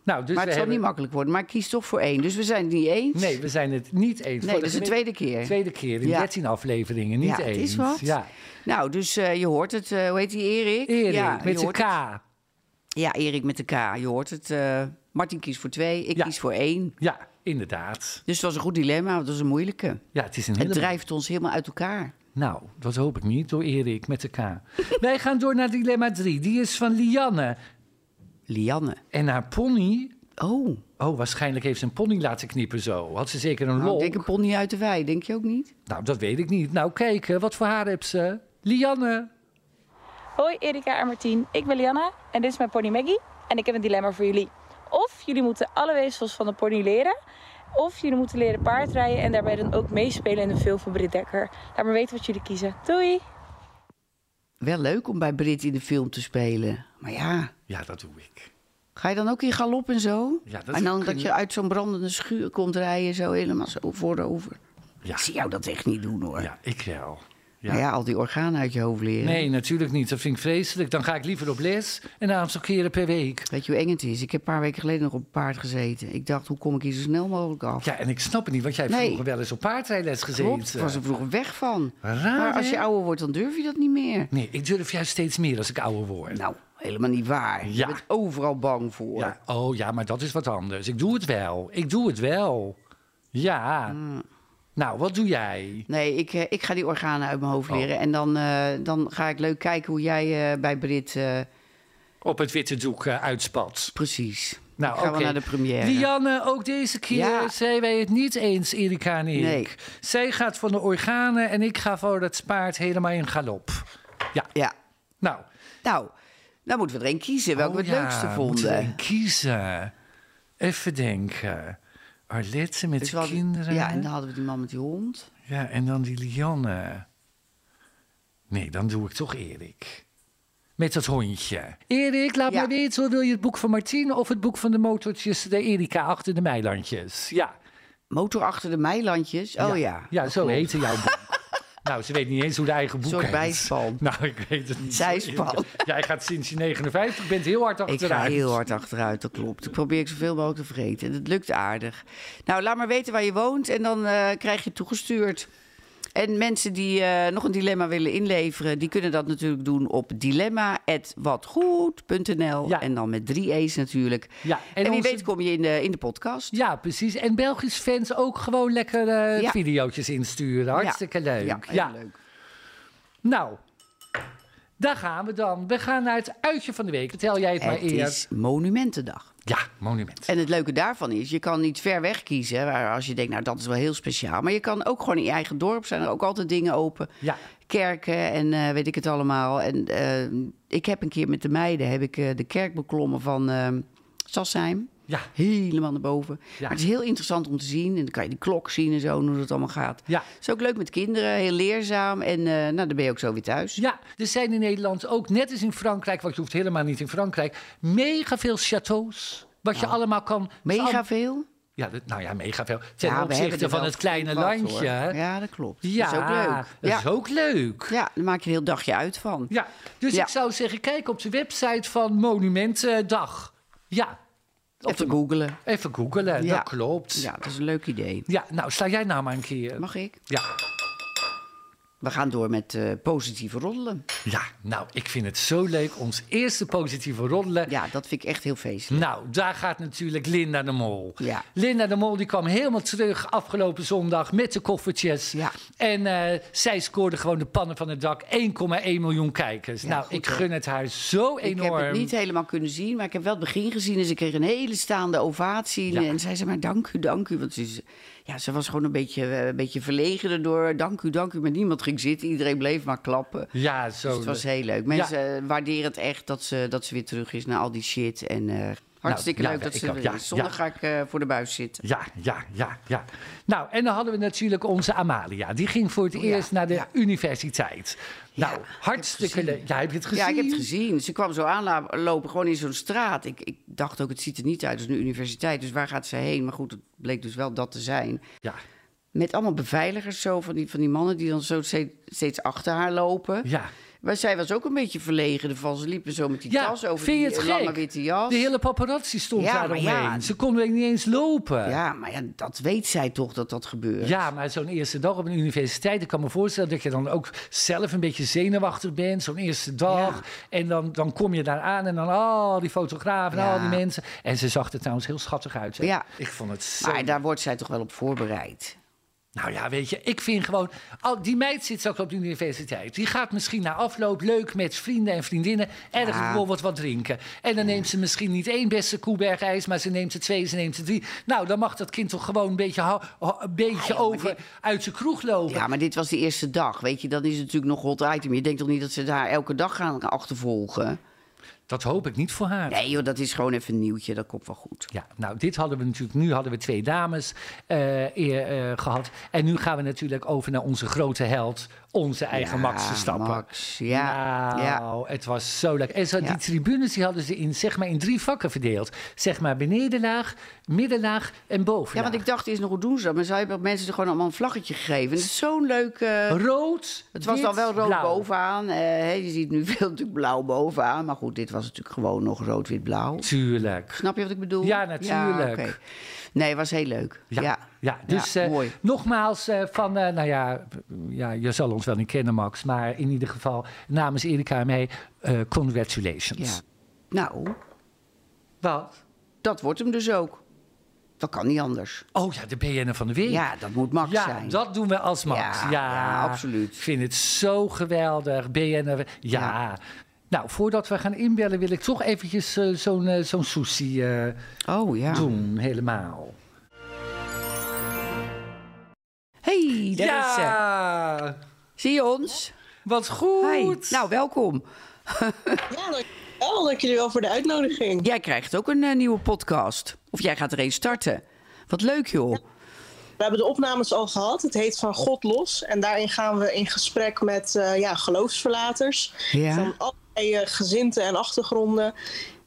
Speaker 2: Nou, dus
Speaker 3: maar
Speaker 2: we
Speaker 3: het zal
Speaker 2: hebben...
Speaker 3: niet makkelijk worden. Maar ik kies toch voor één. Dus we zijn het niet eens.
Speaker 2: Nee, we zijn het niet eens.
Speaker 3: Nee,
Speaker 2: Voor
Speaker 3: dat is de
Speaker 2: geme-
Speaker 3: tweede keer.
Speaker 2: Tweede keer in
Speaker 3: Ja.
Speaker 2: 13 afleveringen, niet
Speaker 3: ja,
Speaker 2: eens.
Speaker 3: het is wat.
Speaker 2: Ja.
Speaker 3: Nou, dus eh, je hoort het. eh, hoe heet die, Erik?
Speaker 2: Erik,
Speaker 3: ja, je
Speaker 2: met zijn
Speaker 3: hoort-
Speaker 2: K.
Speaker 3: Ja, Erik met de K. Je hoort het. eh, Martin kiest voor twee, ik
Speaker 2: Ja.
Speaker 3: kies voor één.
Speaker 2: Ja, inderdaad.
Speaker 3: Dus het was een goed dilemma, want het was een moeilijke.
Speaker 2: Ja, het is een
Speaker 3: Het
Speaker 2: hele...
Speaker 3: drijft ons helemaal uit elkaar.
Speaker 2: Nou, dat hoop ik niet, door Erik met de K. Wij gaan door naar dilemma 3. Die is van Lianne.
Speaker 3: Lianne.
Speaker 2: En haar pony...
Speaker 3: Oh,
Speaker 2: Oh, waarschijnlijk heeft ze een pony laten knippen zo. Had ze zeker een
Speaker 3: nou, ik
Speaker 2: lol?
Speaker 3: denk een pony uit de wei, denk je ook niet?
Speaker 2: Nou, dat weet ik niet. Nou, kijken, wat voor haar heb ze? Lianne.
Speaker 6: Hoi Erika en Martien, ik ben Lianna en dit is mijn pony Maggie. En ik heb een dilemma voor jullie. Of jullie moeten alle weefsels van de pony leren, of jullie moeten leren paardrijden en daarbij dan ook meespelen in de film van Britt Dekker. Laat me weten wat jullie kiezen. Doei!
Speaker 3: Wel leuk om bij Brit in de film te spelen. Maar ja,
Speaker 2: Ja, dat doe ik.
Speaker 3: ga je dan ook in galop en zo?
Speaker 2: Ja, dat
Speaker 3: en dan
Speaker 2: kun
Speaker 3: dat
Speaker 2: je-
Speaker 3: je uit zo'n brandende schuur komt rijden, zo helemaal zo voorover.
Speaker 2: Ja.
Speaker 3: Ik zie jou dat echt niet doen hoor.
Speaker 2: Oh Ja, ik wel.
Speaker 3: Ja, ja al die organen uit je hoofd leren.
Speaker 2: Nee, natuurlijk niet. Dat vind ik vreselijk. Dan ga ik liever op les en een aantal keren per week.
Speaker 3: Weet je hoe eng het is? Ik heb een paar weken geleden nog op een paard gezeten. Ik dacht, hoe kom ik hier zo snel mogelijk af?
Speaker 2: Ja, en ik snap het niet, want jij hebt
Speaker 3: Nee.
Speaker 2: vroeger wel eens op paardrijles gezeten.
Speaker 3: Klopt, ik was er vroeger weg van.
Speaker 2: Raar,
Speaker 3: maar als je
Speaker 2: hè?
Speaker 3: ouder wordt, dan durf je dat niet meer.
Speaker 2: Nee, ik durf juist steeds meer als ik ouder word.
Speaker 3: Nou, helemaal niet waar.
Speaker 2: Ja.
Speaker 3: Je bent overal bang voor.
Speaker 2: ja. Oh ja, maar dat is wat anders. Ik doe het wel. Ik doe het wel. Ja.
Speaker 3: Mm.
Speaker 2: Nou, wat doe jij?
Speaker 3: Nee, ik, eh, ik ga die organen uit mijn hoofd
Speaker 2: Oh.
Speaker 3: leren. En dan, eh, dan ga ik leuk kijken hoe jij eh, bij Brit... eh,
Speaker 2: Op het witte doek eh, uitspat.
Speaker 3: precies.
Speaker 2: Nou,
Speaker 3: Nou, gaan
Speaker 2: oké.
Speaker 3: we naar de première.
Speaker 2: Lianne, ook deze keer
Speaker 3: Ja.
Speaker 2: zijn wij het niet eens, Erika en Erik.
Speaker 3: Nee.
Speaker 2: Zij gaat van de organen en ik ga voor dat paard helemaal in galop. Ja,
Speaker 3: Ja.
Speaker 2: nou.
Speaker 3: Nou, nou moeten we er een kiezen. Welke
Speaker 2: Oh
Speaker 3: we het
Speaker 2: ja,
Speaker 3: leukste
Speaker 2: moeten we
Speaker 3: vonden.
Speaker 2: één kiezen. Even denken. Arlette
Speaker 3: Dus
Speaker 2: met
Speaker 3: we
Speaker 2: zijn
Speaker 3: hadden-
Speaker 2: kinderen.
Speaker 3: Ja, en dan hadden we die man met die hond.
Speaker 2: Ja, en dan die Lianne. Nee, dan doe ik toch Erik. Met dat hondje. Erik, laat
Speaker 3: Ja.
Speaker 2: maar weten. Wil je het boek van Martine of het boek van de motortjes, de Erika achter de meilandjes? Ja.
Speaker 3: Motor achter de meilandjes. Oh ja.
Speaker 2: Ja, zo heette jouw boek. Nou, ze weet niet eens hoe de eigen boek
Speaker 3: soort
Speaker 2: heet.
Speaker 3: bijspan.
Speaker 2: Nou, ik weet het niet.
Speaker 3: Zijspan.
Speaker 2: Jij gaat sinds je 59 bent heel hard
Speaker 3: Ik
Speaker 2: achteruit.
Speaker 3: ga heel hard achteruit, dat klopt. Ik probeer ik zoveel mogelijk te vreten. En dat lukt aardig. Nou, laat maar weten waar je woont en dan eh, krijg je het toegestuurd. En mensen die eh, nog een dilemma willen inleveren, die kunnen dat natuurlijk doen op dilemma.watgoed.nl.
Speaker 2: Ja.
Speaker 3: En dan met drie E's natuurlijk.
Speaker 2: Ja, en
Speaker 3: en wie
Speaker 2: onze-
Speaker 3: weet kom je in de, in de podcast.
Speaker 2: Ja, precies. En Belgisch fans ook gewoon lekker eh
Speaker 3: Ja.
Speaker 2: videootjes insturen. Hartstikke
Speaker 3: Ja.
Speaker 2: leuk.
Speaker 3: Ja,
Speaker 2: Ja,
Speaker 3: heel leuk.
Speaker 2: Nou, daar gaan we dan. We gaan naar het uitje van de week. Tel jij het, maar
Speaker 3: Het
Speaker 2: eerst.
Speaker 3: is Monumentendag.
Speaker 2: Ja, monument.
Speaker 3: En het leuke daarvan is, je kan niet ver weg kiezen. hè, Waar als je denkt, nou dat is wel heel speciaal. Maar je kan ook gewoon in je eigen dorp zijn er ook altijd dingen open.
Speaker 2: Ja.
Speaker 3: Kerken en eh, weet ik het allemaal. En eh, ik heb een keer met de meiden heb ik, eh, de kerk beklommen van eh, Sassheim.
Speaker 2: Ja.
Speaker 3: Helemaal naar boven.
Speaker 2: Ja.
Speaker 3: Maar het is heel interessant om te zien. En dan kan je die klok zien en zo, en hoe dat allemaal gaat.
Speaker 2: Ja.
Speaker 3: Het is ook leuk met kinderen, heel leerzaam. En eh, nou, dan ben je ook zo weer thuis.
Speaker 2: Ja, er zijn in Nederland ook, net als in Frankrijk, want je hoeft helemaal niet in Frankrijk, mega veel chateaus. Wat je allemaal kan.
Speaker 3: Nou, Mega veel.
Speaker 2: Ja, dat- nou ja, mega veel. Ten
Speaker 3: ja, we hebben
Speaker 2: opzichte
Speaker 3: er
Speaker 2: van
Speaker 3: wel
Speaker 2: het kleine
Speaker 3: wat,
Speaker 2: landje.
Speaker 3: hoor.
Speaker 2: hè.
Speaker 3: Ja, dat klopt.
Speaker 2: Ja,
Speaker 3: dat is ook leuk.
Speaker 2: dat
Speaker 3: ja.
Speaker 2: is ook leuk.
Speaker 3: Ja, daar maak je een heel dagje uit van.
Speaker 2: Ja, dus
Speaker 3: Ja.
Speaker 2: ik zou zeggen, kijk op de website van Monumentendag. Ja, op
Speaker 3: Even
Speaker 2: de-
Speaker 3: googelen.
Speaker 2: even googelen,
Speaker 3: Ja.
Speaker 2: dat klopt. Ja.
Speaker 3: Ja, dat is een leuk idee.
Speaker 2: nou, sla jij nou maar een keer.
Speaker 3: Mag ik?
Speaker 2: Ja.
Speaker 3: We gaan door met eh, positieve roddelen.
Speaker 2: ja, nou, ik vind het zo leuk. Ons eerste positieve roddelen.
Speaker 3: Ja, dat vind ik echt heel feestelijk.
Speaker 2: Nou, daar gaat natuurlijk Linda de Mol.
Speaker 3: Ja.
Speaker 2: Linda de Mol die kwam helemaal terug afgelopen zondag met de koffertjes.
Speaker 3: Ja.
Speaker 2: En eh, zij scoorde gewoon de pannen van het dak. 1,1 miljoen kijkers. nou,
Speaker 3: goed,
Speaker 2: ik
Speaker 3: hè?
Speaker 2: gun het haar zo enorm.
Speaker 3: Ik heb het niet helemaal kunnen zien, maar ik heb wel het begin gezien. Dus ik kreeg een hele staande ovatie.
Speaker 2: Ja.
Speaker 3: En zij zei maar dank u, dank u. Want ze, ja, ze was gewoon een beetje, eh, een beetje verlegen erdoor. Dank u, dank u. Maar niemand ging zitten. Iedereen bleef maar klappen.
Speaker 2: Ja, zo.
Speaker 3: Dus het was heel leuk. Mensen eh, waarderen het echt dat ze, dat ze weer terug is na al die shit. En eh, hartstikke
Speaker 2: Nou, ja,
Speaker 3: leuk dat
Speaker 2: ik
Speaker 3: ze
Speaker 2: ook.
Speaker 3: er
Speaker 2: Ja,
Speaker 3: is. Zondag
Speaker 2: ja.
Speaker 3: ga ik eh, voor de buis zitten.
Speaker 2: Ja, ja, ja, ja. Nou, en dan hadden we natuurlijk onze Amalia. Die ging voor het
Speaker 3: Oh ja,
Speaker 2: eerst naar de
Speaker 3: ja.
Speaker 2: universiteit. Nou, hartstikke leuk. Ja, heb je het gezien?
Speaker 3: Ja, ik heb het gezien. Ze kwam zo aanlopen, gewoon in zo'n straat. Ik, ik dacht ook, het ziet er niet uit als een universiteit. Dus waar gaat ze heen? Maar goed, het bleek dus wel dat te zijn.
Speaker 2: Ja,
Speaker 3: Met allemaal beveiligers zo, van die, van die mannen die dan zo steeds, steeds achter haar lopen.
Speaker 2: ja.
Speaker 3: Maar zij was ook een beetje verlegen ervan. Ze liepen zo met die
Speaker 2: ja
Speaker 3: tas over
Speaker 2: vind je
Speaker 3: die
Speaker 2: het
Speaker 3: eh,
Speaker 2: gek?
Speaker 3: lange witte jas.
Speaker 2: De hele paparazzi stond
Speaker 3: Ja,
Speaker 2: daar
Speaker 3: maar
Speaker 2: omheen.
Speaker 3: ja.
Speaker 2: Ze konden niet eens lopen.
Speaker 3: Ja, maar ja, dat weet zij toch dat dat gebeurt.
Speaker 2: Ja, maar zo'n eerste dag op een universiteit, ik kan me voorstellen dat je dan ook zelf een beetje zenuwachtig bent, zo'n eerste dag. En dan, dan kom je daar aan en dan al die fotografen en
Speaker 3: Ja.
Speaker 2: al die mensen. En ze zag er trouwens heel schattig uit. hè?
Speaker 3: Ja.
Speaker 2: Ik vond het zo.
Speaker 3: Maar daar wordt zij toch wel op voorbereid.
Speaker 2: Nou ja, weet je, ik vind gewoon... Al, die meid zit straks op de universiteit. Die gaat misschien na afloop leuk met vrienden en vriendinnen... ergens
Speaker 3: Ja.
Speaker 2: bijvoorbeeld wat drinken. En dan neemt ze misschien niet één beste Koeberg-ijs... maar ze neemt er twee, ze neemt er drie. Nou, dan mag dat kind toch gewoon een beetje, hou- ho- een beetje over uit zijn kroeg lopen.
Speaker 3: Ja, maar dit was de eerste dag. Weet je, dan is het natuurlijk nog hot item. Je denkt toch niet dat ze daar elke dag gaan achtervolgen?
Speaker 2: Dat hoop ik niet voor haar.
Speaker 3: Nee joh, dat is gewoon even een nieuwtje. Dat komt wel goed.
Speaker 2: Ja, nou, dit hadden we natuurlijk. Nu hadden we twee dames eh, eer, eh, gehad. En nu gaan we natuurlijk over naar onze grote held, onze eigen
Speaker 3: Ja,
Speaker 2: Max Verstappen.
Speaker 3: Max, ja,
Speaker 2: Nou, het was zo lekker. En zo,
Speaker 3: Ja.
Speaker 2: die tribunes die hadden ze in, zeg maar, in drie vakken verdeeld: zeg maar benedenlaag, middenlaag en
Speaker 3: Ja,
Speaker 2: bovenlaag.
Speaker 3: want ik dacht eerst nog, hoe doen ze dat? Maar zij hebben mensen er gewoon allemaal een vlaggetje gegeven. En het is zo'n leuk... eh,
Speaker 2: Rood.
Speaker 3: het was
Speaker 2: wit,
Speaker 3: dan wel rood
Speaker 2: blauw.
Speaker 3: bovenaan. Eh, hè, je ziet nu veel natuurlijk blauw bovenaan. Maar goed, dit was natuurlijk gewoon nog rood, wit, blauw.
Speaker 2: Tuurlijk.
Speaker 3: Snap je wat ik bedoel?
Speaker 2: Ja, natuurlijk.
Speaker 3: oké. Nee, was heel leuk. Ja,
Speaker 2: Ja, ja. dus
Speaker 3: Ja,
Speaker 2: eh,
Speaker 3: mooi.
Speaker 2: nogmaals eh, van, eh, nou ja, ja, je zal ons wel niet kennen Max, maar in ieder geval namens Erika en mij, eh, congratulations.
Speaker 3: Ja. Nou,
Speaker 2: Wat?
Speaker 3: dat wordt hem dus ook. Dat kan niet anders.
Speaker 2: Oh ja, de BN'er van de week.
Speaker 3: Ja, dat moet Max
Speaker 2: Ja,
Speaker 3: zijn.
Speaker 2: dat doen we als Max.
Speaker 3: Ja,
Speaker 2: Ja,
Speaker 3: ja, absoluut.
Speaker 2: Ik vind het zo geweldig. BN'er, ja.
Speaker 3: Ja.
Speaker 2: Nou, voordat we gaan inbellen wil ik toch eventjes eh, zo'n eh, zo'n sushi eh,
Speaker 3: Oh ja.
Speaker 2: doen, helemaal.
Speaker 3: Hey, daar is ze.
Speaker 2: ja,
Speaker 3: Zie je ons?
Speaker 2: wat goed.
Speaker 3: Hi. Nou, welkom.
Speaker 1: Ja, dankjewel. Dank jullie wel voor de uitnodiging.
Speaker 3: Jij krijgt ook een eh, nieuwe podcast. Of jij gaat er een starten. Wat leuk, joh.
Speaker 1: We hebben de opnames al gehad. Het heet Van God Los. En daarin gaan we in gesprek met eh, ja, geloofsverlaters.
Speaker 3: Ja.
Speaker 1: Van allerlei eh, gezinten en achtergronden.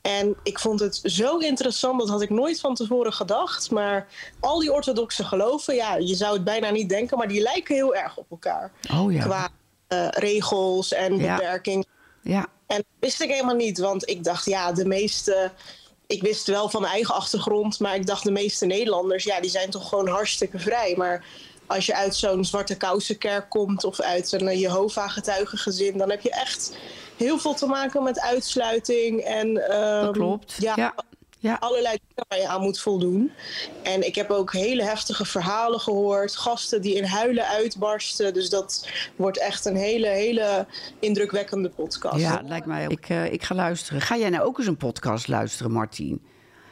Speaker 1: En ik vond het zo interessant, dat had ik nooit van tevoren gedacht. Maar al die orthodoxe geloven, ja, je zou het bijna niet denken, maar die lijken heel erg op elkaar.
Speaker 3: Oh
Speaker 1: Qua eh, regels en
Speaker 3: Ja.
Speaker 1: beperkingen.
Speaker 3: Ja.
Speaker 1: En dat wist ik helemaal niet, want ik dacht, ja, de meeste. Ik wist wel van mijn eigen achtergrond, maar ik dacht, de meeste Nederlanders, ja, die zijn toch gewoon hartstikke vrij. Maar als je uit zo'n zwarte kousenkerk komt of uit een eh, Jehovah-getuigengezin, dan heb je echt heel veel te maken met uitsluiting en. ehm,
Speaker 3: Dat klopt.
Speaker 1: ja,
Speaker 3: Ja. Ja.
Speaker 1: allerlei dingen waar je aan moet voldoen. En ik heb ook hele heftige verhalen gehoord. Gasten die in huilen uitbarsten. Dus dat wordt echt een hele, hele indrukwekkende podcast.
Speaker 3: Ja, lijkt mij ook. Ik, eh, ik ga luisteren. Ga jij nou ook eens een podcast luisteren, Martien?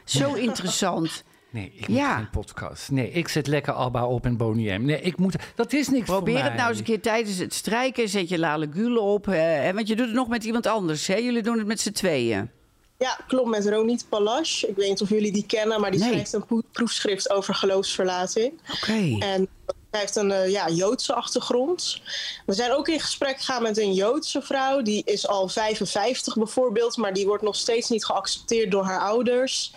Speaker 3: Zo interessant.
Speaker 2: Nee, ik
Speaker 3: Ja.
Speaker 2: moet geen podcast. Nee, ik zet lekker Alba op en Bonnie M. Nee, ik moet... Dat is niks voor
Speaker 3: Probeer het
Speaker 2: mij.
Speaker 3: nou eens een keer tijdens het strijken. Zet je lale gule op. eh, hè, want je doet het nog met iemand anders. Hè? Jullie doen het met z'n tweeën.
Speaker 1: Ja, klopt. Met Ronit Palash. Ik weet niet of jullie die kennen, maar die
Speaker 3: Nee.
Speaker 1: schrijft een po- proefschrift over geloofsverlating.
Speaker 3: Oké.
Speaker 1: En hij heeft een eh, ja, Joodse achtergrond. We zijn ook in gesprek gegaan met een Joodse vrouw. Die is al 55 bijvoorbeeld, maar die wordt nog steeds niet geaccepteerd door haar ouders.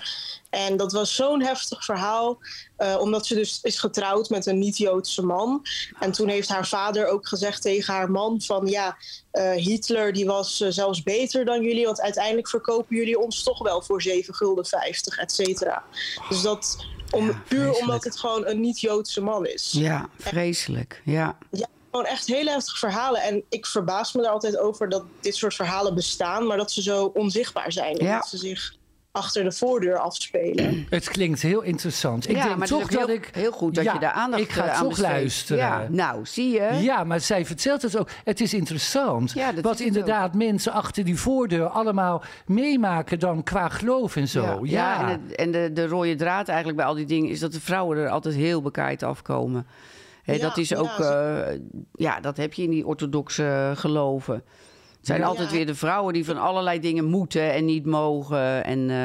Speaker 1: En dat was zo'n heftig verhaal, eh, omdat ze dus is getrouwd met een niet-Joodse man. En toen heeft haar vader ook gezegd tegen haar man van ja, eh, Hitler die was eh, zelfs beter dan jullie, want uiteindelijk verkopen jullie ons toch wel voor 7 gulden 50, et cetera. Dus dat om,
Speaker 3: Ja,
Speaker 1: puur
Speaker 3: vreselijk.
Speaker 1: omdat het gewoon een niet-Joodse man is.
Speaker 3: Ja, vreselijk. Ja.
Speaker 1: Ja, gewoon echt heel heftige verhalen. En ik verbaas me daar altijd over dat dit soort verhalen bestaan, maar dat ze zo onzichtbaar zijn.
Speaker 3: Ja.
Speaker 1: en Dat ze zich achter de voordeur afspelen.
Speaker 2: Het klinkt heel interessant. Ik
Speaker 3: ja,
Speaker 2: denk
Speaker 3: maar
Speaker 2: toch
Speaker 3: het is ook
Speaker 2: dat
Speaker 3: heel,
Speaker 2: ik...
Speaker 3: heel goed dat
Speaker 2: Ja,
Speaker 3: je daar aandacht
Speaker 2: Ik ga
Speaker 3: eh, aan
Speaker 2: toch
Speaker 3: besteedt.
Speaker 2: luisteren.
Speaker 3: Ja, nou, zie je?
Speaker 2: Ja, maar zij vertelt het ook. Het is interessant.
Speaker 3: Ja, dat
Speaker 2: wat
Speaker 3: is het
Speaker 2: inderdaad mensen achter die voordeur allemaal meemaken dan qua geloof en zo. Ja,
Speaker 3: ja, en, het- en de, de rode draad eigenlijk bij al die dingen is dat de vrouwen er altijd heel bekaaid afkomen. Hè,
Speaker 1: Ja,
Speaker 3: dat is
Speaker 1: ja,
Speaker 3: ook, eh, ja, dat heb je in die orthodoxe geloven. Het zijn
Speaker 2: Ja.
Speaker 3: altijd
Speaker 1: Ja.
Speaker 3: weer de vrouwen die van allerlei dingen moeten en niet mogen. En eh,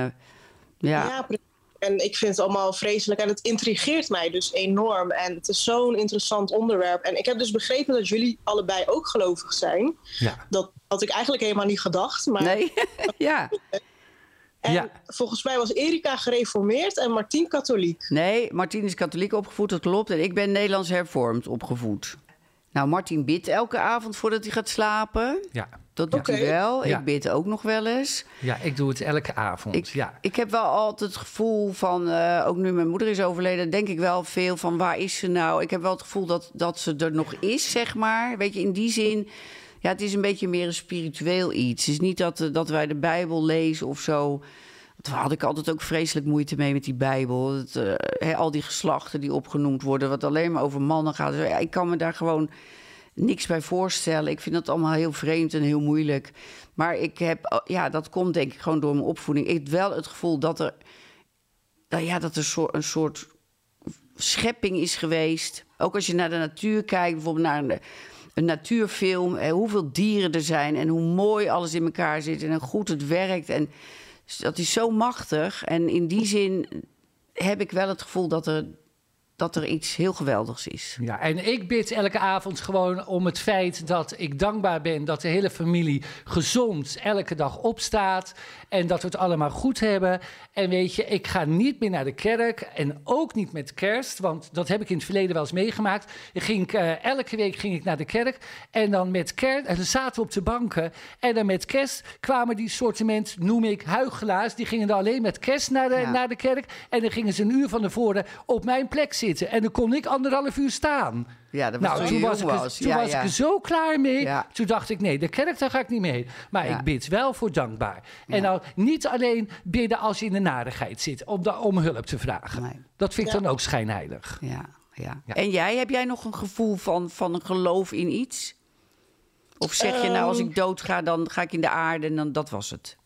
Speaker 3: ja, ja,
Speaker 1: precies. En ik vind het allemaal vreselijk. En het intrigeert mij dus enorm. En het is zo'n interessant onderwerp. En ik heb dus begrepen dat jullie allebei ook gelovig zijn.
Speaker 2: Ja.
Speaker 1: Dat had ik eigenlijk helemaal niet gedacht. Maar
Speaker 3: nee, ja.
Speaker 1: en
Speaker 2: Ja.
Speaker 1: volgens mij was Erika gereformeerd en Martien katholiek.
Speaker 3: Nee, Martien is katholiek opgevoed, dat klopt. En ik ben Nederlands hervormd opgevoed. Nou, Martien bidt elke avond voordat hij gaat slapen.
Speaker 2: ja.
Speaker 3: Dat doet hij
Speaker 1: Oké.
Speaker 3: wel.
Speaker 2: Ja.
Speaker 3: Ik bid ook nog wel eens.
Speaker 2: Ja, ik doe het elke avond.
Speaker 3: Ik,
Speaker 2: ja.
Speaker 3: ik heb wel altijd het gevoel van, eh, ook nu mijn moeder is overleden, denk ik wel veel van waar is ze nou? Ik heb wel het gevoel dat, dat ze er nog is, zeg maar. Weet je, in die zin, ja, het is een beetje meer een spiritueel iets. Het is niet dat, eh, dat wij de Bijbel lezen of zo. Daar had ik altijd ook vreselijk moeite mee met die Bijbel. Het, eh, hè, al die geslachten die opgenoemd worden, wat alleen maar over mannen gaat. Dus ja, ik kan me daar gewoon niks bij voorstellen. Ik vind dat allemaal heel vreemd en heel moeilijk. Maar ik heb, oh, ja, dat komt denk ik gewoon door mijn opvoeding. Ik heb wel het gevoel dat er, nou ja, dat er zo- een soort schepping is geweest. Ook als je naar de natuur kijkt, bijvoorbeeld naar een, een natuurfilm. Hè, hoeveel dieren er zijn en hoe mooi alles in elkaar zit en hoe goed het werkt. En s- dat is zo machtig. En in die zin heb ik wel het gevoel dat er, dat er iets heel geweldigs is.
Speaker 2: Ja, en ik bid elke avond gewoon om het feit dat ik dankbaar ben dat de hele familie gezond elke dag opstaat en dat we het allemaal goed hebben. En weet je, ik ga niet meer naar de kerk en ook niet met kerst, want dat heb ik in het verleden wel eens meegemaakt. Ik ging, eh, elke week ging ik naar de kerk en dan met kerst, en dan zaten we op de banken en dan met kerst kwamen die sortiment, noem ik, huigelaars, die gingen dan alleen met kerst naar de,
Speaker 3: Ja.
Speaker 2: naar de kerk en dan gingen ze een uur van tevoren op mijn plek zitten en dan kon ik anderhalf uur staan
Speaker 3: Ja, dat was
Speaker 2: nou,
Speaker 3: toen
Speaker 2: toen
Speaker 3: je
Speaker 2: was, ik,
Speaker 3: jong
Speaker 2: er-
Speaker 3: was.
Speaker 2: toen
Speaker 3: Ja,
Speaker 2: was
Speaker 3: ja.
Speaker 2: ik er zo klaar mee.
Speaker 3: Ja.
Speaker 2: Toen dacht ik, nee, de kerk, daar ga ik niet mee heen. Maar
Speaker 3: Ja.
Speaker 2: ik bid wel voor dankbaar. En
Speaker 3: Ja.
Speaker 2: dan niet alleen bidden als je in de narigheid zit, om, da- om hulp te vragen.
Speaker 3: Nee.
Speaker 2: Dat vind ik
Speaker 1: Ja.
Speaker 2: dan ook schijnheilig.
Speaker 3: Ja, ja.
Speaker 2: Ja.
Speaker 3: En jij, heb jij nog een gevoel van, van een geloof in iets? Of zeg je nou, als
Speaker 1: Ehm.
Speaker 3: ik doodga, dan ga ik in de aarde en dan, dat was het?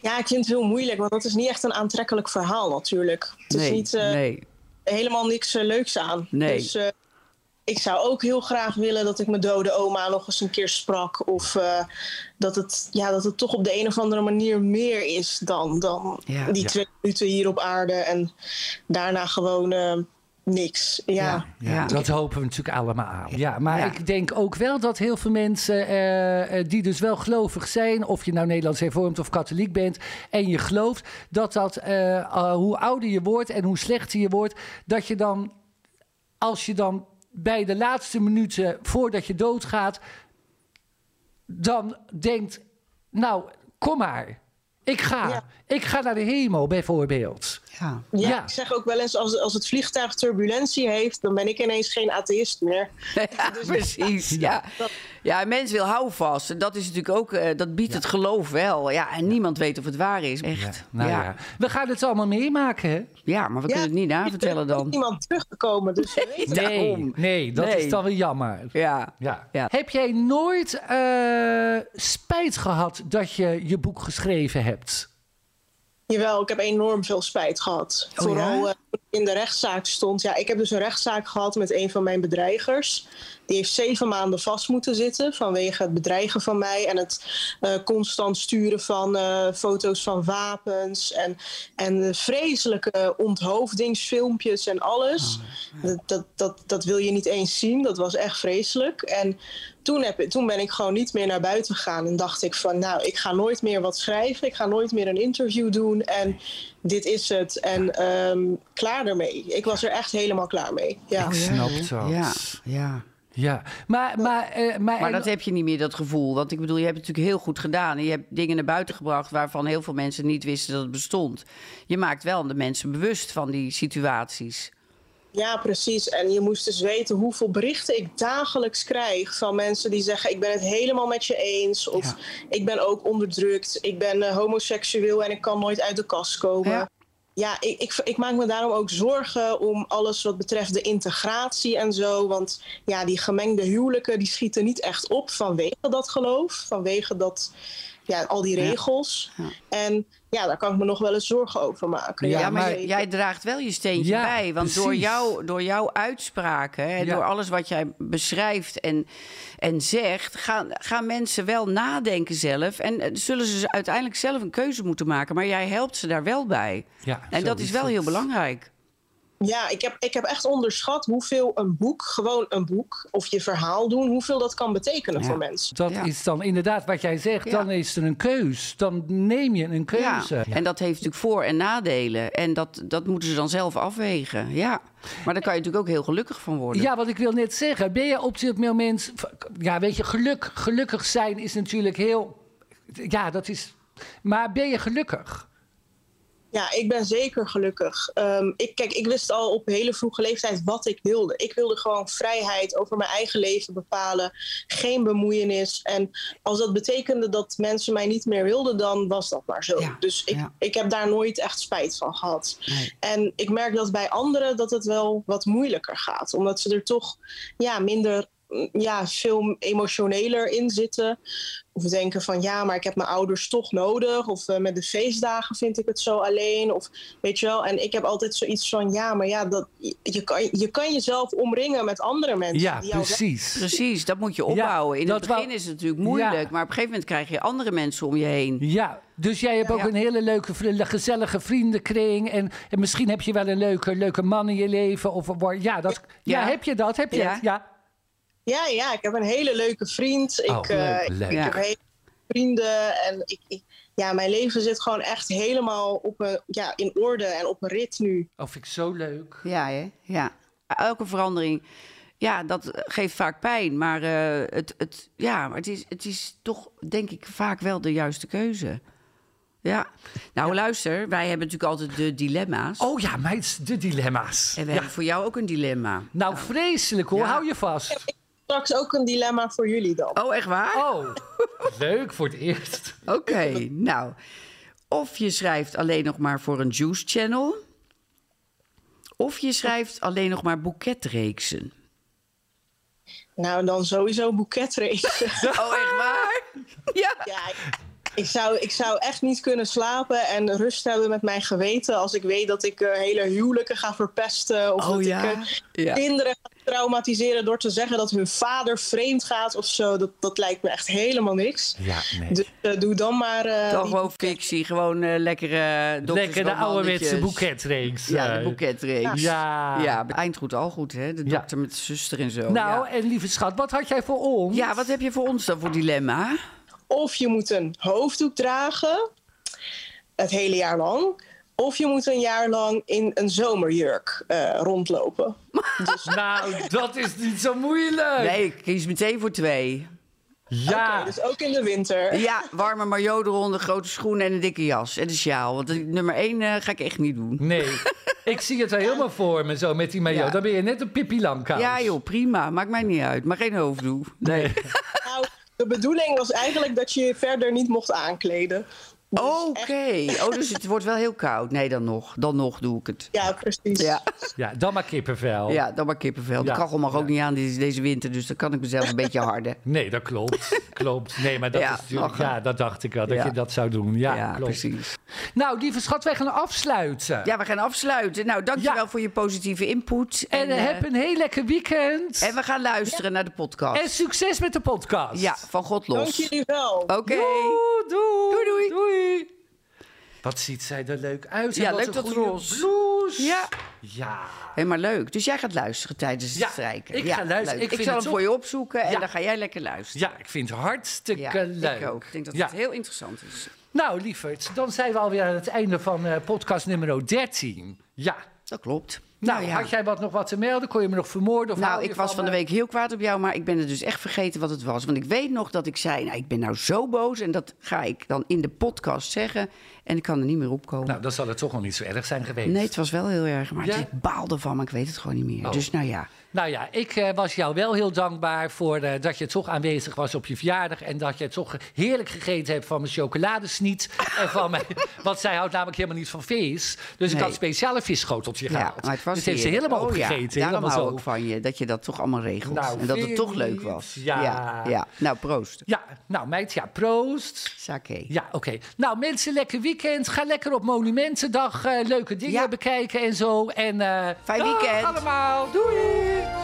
Speaker 1: Ja, ik vind het heel moeilijk, want dat is niet echt een aantrekkelijk verhaal natuurlijk. Het is niet, eh,
Speaker 3: nee.
Speaker 1: helemaal niks eh, leuks aan.
Speaker 3: Nee.
Speaker 1: Dus eh, ik zou ook heel graag willen dat ik mijn dode oma nog eens een keer sprak. Of eh, dat, het, ja, dat het toch op de een of andere manier meer is dan, dan
Speaker 3: Ja.
Speaker 1: die
Speaker 2: Ja.
Speaker 1: twee minuten hier op aarde. En daarna gewoon eh, niks. ja.
Speaker 3: Ja.
Speaker 2: Dat hopen we natuurlijk allemaal aan. Ja, maar
Speaker 3: Ja.
Speaker 2: ik denk ook wel dat heel veel mensen eh, eh, die dus wel gelovig zijn, of je nou Nederlands hervormd of katholiek bent, en je gelooft dat dat, eh, eh, hoe ouder je wordt en hoe slechter je wordt, dat je dan, als je dan bij de laatste minuten voordat je doodgaat, dan denkt, nou, kom maar. Ik ga.
Speaker 1: Ja.
Speaker 2: Ik ga naar de hemel, bijvoorbeeld.
Speaker 3: Ja.
Speaker 1: Ja,
Speaker 2: Ja.
Speaker 1: ik zeg ook wel eens, als, als het vliegtuig turbulentie heeft, dan ben ik ineens geen atheïst meer.
Speaker 3: Ja,
Speaker 1: Dus-
Speaker 3: precies. Ja. ja, een mens wil houvast. En dat is natuurlijk ook, eh, dat biedt het geloof wel. Ja, en niemand weet of het waar is. Echt. Ja,
Speaker 2: Nou ja. We gaan het allemaal meemaken, hè?
Speaker 3: Ja, maar we kunnen het niet
Speaker 1: Er
Speaker 3: navertellen
Speaker 1: is
Speaker 3: dan.
Speaker 1: iemand teruggekomen, dus we weten het.
Speaker 3: Daarom.
Speaker 2: Nee, nee dat
Speaker 3: Nee.
Speaker 2: is dan weer jammer.
Speaker 3: Ja.
Speaker 2: Ja.
Speaker 3: Ja.
Speaker 2: Heb jij nooit eh, spijt gehad dat je je boek geschreven hebt?
Speaker 1: Jawel, ik heb enorm veel spijt gehad.
Speaker 3: Oh,
Speaker 1: Vooral
Speaker 3: ja?
Speaker 1: eh, toen ik in de rechtszaak stond. Ja, ik heb dus een rechtszaak gehad met een van mijn bedreigers. Die heeft zeven maanden vast moeten zitten vanwege het bedreigen van mij en het eh, constant sturen van eh, foto's van wapens en, en de vreselijke onthoofdingsfilmpjes en alles.
Speaker 3: Oh,
Speaker 1: dat, dat, dat, dat wil je niet eens zien. Dat was echt vreselijk. En toen, heb, ik- toen ben ik gewoon niet meer naar buiten gegaan. En dacht ik van, nou, ik ga nooit meer wat schrijven. Ik ga nooit meer een interview doen. En dit is het. En ehm, klaar ermee. Ik was er echt helemaal klaar mee. Ja.
Speaker 2: Ik snap dat.
Speaker 3: Oh, Ja, ja.
Speaker 2: Ja. Maar, maar, eh, maar,
Speaker 3: Maar
Speaker 2: en-
Speaker 3: dat heb je niet meer, dat gevoel. Want ik bedoel, je hebt het natuurlijk heel goed gedaan. En je hebt dingen naar buiten gebracht waarvan heel veel mensen niet wisten dat het bestond. Je maakt wel de mensen bewust van die situaties.
Speaker 1: Ja, precies. En je moest dus weten hoeveel berichten ik dagelijks krijg van mensen die zeggen: Ik ben het helemaal met je eens. Of
Speaker 3: Ja.
Speaker 1: ik ben ook onderdrukt. Ik ben eh, homoseksueel en ik kan nooit uit de kast komen.
Speaker 3: Ja.
Speaker 1: Ja, ik, ik, ik maak me daarom ook zorgen om alles wat betreft de integratie en zo. Want ja, die gemengde huwelijken die schieten niet echt op vanwege dat geloof, vanwege dat, ja, al die
Speaker 3: Ja.
Speaker 1: regels.
Speaker 3: Ja.
Speaker 1: En ja, daar kan ik me nog wel eens zorgen over maken.
Speaker 3: Ja,
Speaker 2: Ja,
Speaker 3: maar
Speaker 2: maar-
Speaker 3: j- jij draagt wel je steentje
Speaker 2: Ja,
Speaker 3: bij. Want door,
Speaker 2: precies.
Speaker 3: jou, door jouw uitspraken en
Speaker 2: Ja.
Speaker 3: door alles wat jij beschrijft en, en zegt, gaan, gaan mensen wel nadenken zelf. En eh, zullen ze uiteindelijk zelf een keuze moeten maken. Maar jij helpt ze daar wel bij.
Speaker 2: Ja,
Speaker 3: en
Speaker 2: zo
Speaker 3: dat is
Speaker 2: is
Speaker 3: wel
Speaker 2: het.
Speaker 3: heel belangrijk.
Speaker 1: Ja, ik heb, ik heb echt onderschat hoeveel een boek, gewoon een boek of je verhaal doen, hoeveel dat kan betekenen
Speaker 3: Ja.
Speaker 1: voor mensen.
Speaker 2: Dus dat
Speaker 3: Ja.
Speaker 2: is dan inderdaad wat jij zegt.
Speaker 3: Ja.
Speaker 2: Dan is er een keus. Dan neem je een keuze.
Speaker 3: Ja. En dat heeft natuurlijk voor- en nadelen. En dat, dat moeten ze dan zelf afwegen. Ja. Maar daar kan je natuurlijk ook heel gelukkig van worden.
Speaker 2: Ja, wat ik wil net zeggen. Ben je op dit moment... Ja, weet je, geluk, gelukkig zijn is natuurlijk heel... Ja, dat is... Maar ben je gelukkig?
Speaker 1: Ja, ik ben zeker gelukkig. Ehm, ik, kijk, ik wist al op hele vroege leeftijd wat ik wilde. Ik wilde gewoon vrijheid over mijn eigen leven bepalen, geen bemoeienis. En als dat betekende dat mensen mij niet meer wilden, dan was dat maar zo.
Speaker 3: Ja,
Speaker 1: Dus ik,
Speaker 3: ja.
Speaker 1: ik heb daar nooit echt spijt van gehad.
Speaker 3: Nee.
Speaker 1: En ik merk dat bij anderen dat het wel wat moeilijker gaat. Omdat ze er toch ja, minder, mm, ja, veel emotioneler in zitten. Of denken van ja, maar ik heb mijn ouders toch nodig. Of eh, met de feestdagen vind ik het zo alleen. Of weet je wel. En ik heb altijd zoiets van ja, maar ja, dat, je- je, kan, je kan jezelf omringen met andere mensen.
Speaker 2: Ja,
Speaker 1: die jou
Speaker 2: precies.
Speaker 3: Precies, dat moet je
Speaker 2: Ja,
Speaker 3: opbouwen. In het
Speaker 2: dat wou-
Speaker 3: begin is het natuurlijk moeilijk,
Speaker 2: Ja.
Speaker 3: maar op een gegeven moment krijg je andere mensen om je heen.
Speaker 2: Ja, dus jij hebt ook
Speaker 3: Ja.
Speaker 2: een hele leuke, vri- gezellige vriendenkring. En, en misschien heb je wel een leuke, leuke man in je leven. Of, of- ja, dat, ja.
Speaker 3: Ja.
Speaker 2: heb je dat? Heb je
Speaker 3: Ja.
Speaker 2: het? Ja.
Speaker 1: Ja, ja, ik heb een hele leuke vriend. Ik,
Speaker 2: Oh,
Speaker 1: eh,
Speaker 2: leuk, leuk.
Speaker 1: ik heb
Speaker 3: Ja.
Speaker 1: hele vrienden. En ik, ik- ja, mijn leven zit gewoon echt helemaal op een, ja, in orde en op een rit nu.
Speaker 2: Dat Oh, vind ik zo leuk.
Speaker 3: Ja, hè? Ja. Elke verandering, ja, dat geeft vaak pijn. Maar, eh, het, het, ja, maar het, is, het is toch, denk ik, vaak wel de juiste keuze. Ja. Nou, luister, wij hebben natuurlijk altijd de dilemma's.
Speaker 2: Oh ja, meid, de dilemma's.
Speaker 3: En we hebben voor jou ook een dilemma.
Speaker 2: Nou, vreselijk hoor.
Speaker 3: Ja.
Speaker 2: Hou je vast.
Speaker 1: Straks ook een dilemma voor jullie dan.
Speaker 3: Oh, echt waar?
Speaker 2: Oh, leuk voor het eerst.
Speaker 3: Oké, nou. Of je schrijft alleen nog maar voor een Juice Channel. Of je schrijft alleen nog maar boeketreeksen.
Speaker 1: Nou, dan sowieso boeketrace.
Speaker 3: Oh, echt waar? Ja.
Speaker 1: ja, ik, ik zou, ik zou echt niet kunnen slapen en rust hebben met mijn geweten... als ik weet dat ik eh, hele huwelijken ga verpesten. Of
Speaker 3: Oh
Speaker 1: dat
Speaker 3: ja,
Speaker 1: ik eh,
Speaker 3: ja.
Speaker 1: kinderen ga traumatiseren door te zeggen dat hun vader vreemd gaat of zo. Dat, dat lijkt me echt helemaal niks.
Speaker 2: Ja, nee.
Speaker 1: Dus eh, doe dan maar. eh,
Speaker 3: Toch
Speaker 1: die-
Speaker 3: gewoon fictie, gewoon eh, lekkere
Speaker 2: Lekker de ouderwetse
Speaker 3: boeket.
Speaker 2: boeketreeks.
Speaker 3: Ja, de
Speaker 2: eh.
Speaker 3: boeketreeks.
Speaker 2: Ja.
Speaker 3: ja, eind goed, al goed, hè? De
Speaker 2: Ja.
Speaker 3: dokter met de zuster en zo.
Speaker 2: Nou,
Speaker 3: oh, ja.
Speaker 2: en lieve schat, wat had jij voor ons?
Speaker 3: ja, wat heb je voor ons dan voor dilemma?
Speaker 1: Of je moet een hoofddoek dragen, het hele jaar lang. Of je moet een jaar lang in een zomerjurk eh, rondlopen.
Speaker 2: Nou, dat is niet zo moeilijk.
Speaker 3: Nee, ik kies meteen voor twee.
Speaker 2: Ja.
Speaker 1: Oké, dus ook in de winter.
Speaker 3: Ja, warme maillot eronder, grote schoenen en een dikke jas. En een sjaal. Want eh, nummer één eh, ga ik echt niet doen.
Speaker 2: Nee. Ik zie het er helemaal voor me zo met die maillot.
Speaker 3: Ja.
Speaker 2: Dan ben je net een Pippi Langkous.
Speaker 3: Ja joh, prima. Maakt mij niet uit. Maar geen hoofddoek. Nee.
Speaker 1: Nou, de bedoeling was eigenlijk dat je je verder niet mocht aankleden.
Speaker 3: Oké. Oh, dus het wordt wel heel koud. Nee, dan nog. Dan nog doe ik het.
Speaker 1: Ja, precies.
Speaker 3: Ja,
Speaker 2: Ja, dan maar kippenvel.
Speaker 3: ja dan maar kippenvel. De
Speaker 2: Ja.
Speaker 3: kachel mag ook
Speaker 2: Ja.
Speaker 3: niet aan deze, deze winter. Dus dan kan ik mezelf een beetje harden.
Speaker 2: Nee, dat klopt. klopt. Nee, maar dat
Speaker 3: Ja,
Speaker 2: is natuurlijk...
Speaker 3: ach,
Speaker 2: Ja, dat dacht ik wel, dat
Speaker 3: Ja.
Speaker 2: je dat zou doen. Ja,
Speaker 3: Ja,
Speaker 2: klopt.
Speaker 3: precies.
Speaker 2: Nou, lieve schat, wij gaan afsluiten.
Speaker 3: Ja, we gaan afsluiten. Nou, dankjewel
Speaker 2: Ja.
Speaker 3: voor je positieve input.
Speaker 2: En eh,
Speaker 3: eh,
Speaker 2: heb een heel lekker weekend.
Speaker 3: en we gaan luisteren naar de podcast.
Speaker 2: En succes met de podcast.
Speaker 3: Ja, van God
Speaker 1: Dank
Speaker 3: los.
Speaker 1: jullie wel.
Speaker 3: Oké.
Speaker 2: Doei, doei.
Speaker 3: Doei, doei.
Speaker 2: Wat ziet zij er leuk uit. en
Speaker 3: Ja,
Speaker 2: wat
Speaker 3: leuk
Speaker 2: een
Speaker 3: dat
Speaker 2: goede
Speaker 3: roze.
Speaker 2: blouse.
Speaker 3: Ja.
Speaker 2: Ja.
Speaker 3: Helemaal leuk. Dus jij gaat luisteren tijdens het
Speaker 2: Ja,
Speaker 3: strijken.
Speaker 2: ik ga luisteren.
Speaker 3: leuk.
Speaker 2: Ik
Speaker 3: Ik,
Speaker 2: vind
Speaker 3: zal
Speaker 2: het
Speaker 3: hem
Speaker 2: zo-
Speaker 3: voor je opzoeken en
Speaker 2: Ja.
Speaker 3: dan ga jij lekker luisteren.
Speaker 2: ja, ik vind het hartstikke leuk.
Speaker 3: ik ook. Ik denk dat
Speaker 2: Ja.
Speaker 3: het heel interessant is.
Speaker 2: Nou, lieverd, dan zijn we alweer aan het einde van eh, podcast nummer 13. Ja.
Speaker 3: Dat klopt.
Speaker 2: Nou,
Speaker 3: ja.
Speaker 2: had jij wat, nog wat te melden? Kon je me nog vermoorden? Of
Speaker 3: Nou,
Speaker 2: hou je
Speaker 3: ik was van de
Speaker 2: me?
Speaker 3: week heel kwaad op jou, maar ik ben het dus echt vergeten wat het was. Want ik weet nog dat ik zei, nou, ik ben nou zo boos. En dat ga ik dan in de podcast zeggen. En ik kan er niet meer opkomen.
Speaker 2: Nou, dan zal het toch nog niet zo erg zijn geweest.
Speaker 3: nee, het was wel heel erg, maar
Speaker 2: Ja?
Speaker 3: ik baalde van, maar ik weet het gewoon niet meer.
Speaker 2: Oh.
Speaker 3: Dus nou ja.
Speaker 2: Nou ja, ik eh, was jou wel heel dankbaar voor eh, dat je toch aanwezig was op je verjaardag. En dat je toch heerlijk gegeten hebt van mijn chocoladesniet. en van mijn, want zij houdt namelijk helemaal niet van vis. Dus ik
Speaker 3: Nee.
Speaker 2: had een speciale visschoteltje
Speaker 3: Ja,
Speaker 2: gehaald.
Speaker 3: maar het was
Speaker 2: dus heeft ze
Speaker 3: heerlijk.
Speaker 2: helemaal
Speaker 3: Oh ja,
Speaker 2: opgegeten.
Speaker 3: daarom
Speaker 2: helemaal
Speaker 3: hou
Speaker 2: zo.
Speaker 3: ik van je, dat je dat toch allemaal regelt.
Speaker 2: Nou,
Speaker 3: en dat
Speaker 2: vind
Speaker 3: het toch
Speaker 2: je
Speaker 3: leuk
Speaker 2: niet?
Speaker 3: was.
Speaker 2: Ja.
Speaker 3: ja. ja. Nou, proost.
Speaker 2: Ja, nou meid, ja, proost.
Speaker 3: Sake.
Speaker 2: Ja, oké. Nou, mensen, lekker weekend. Ga lekker op Monumentendag eh, leuke dingen
Speaker 3: Ja.
Speaker 2: bekijken en zo. En, eh,
Speaker 3: Fijn
Speaker 2: dag
Speaker 3: weekend.
Speaker 2: allemaal. Doei.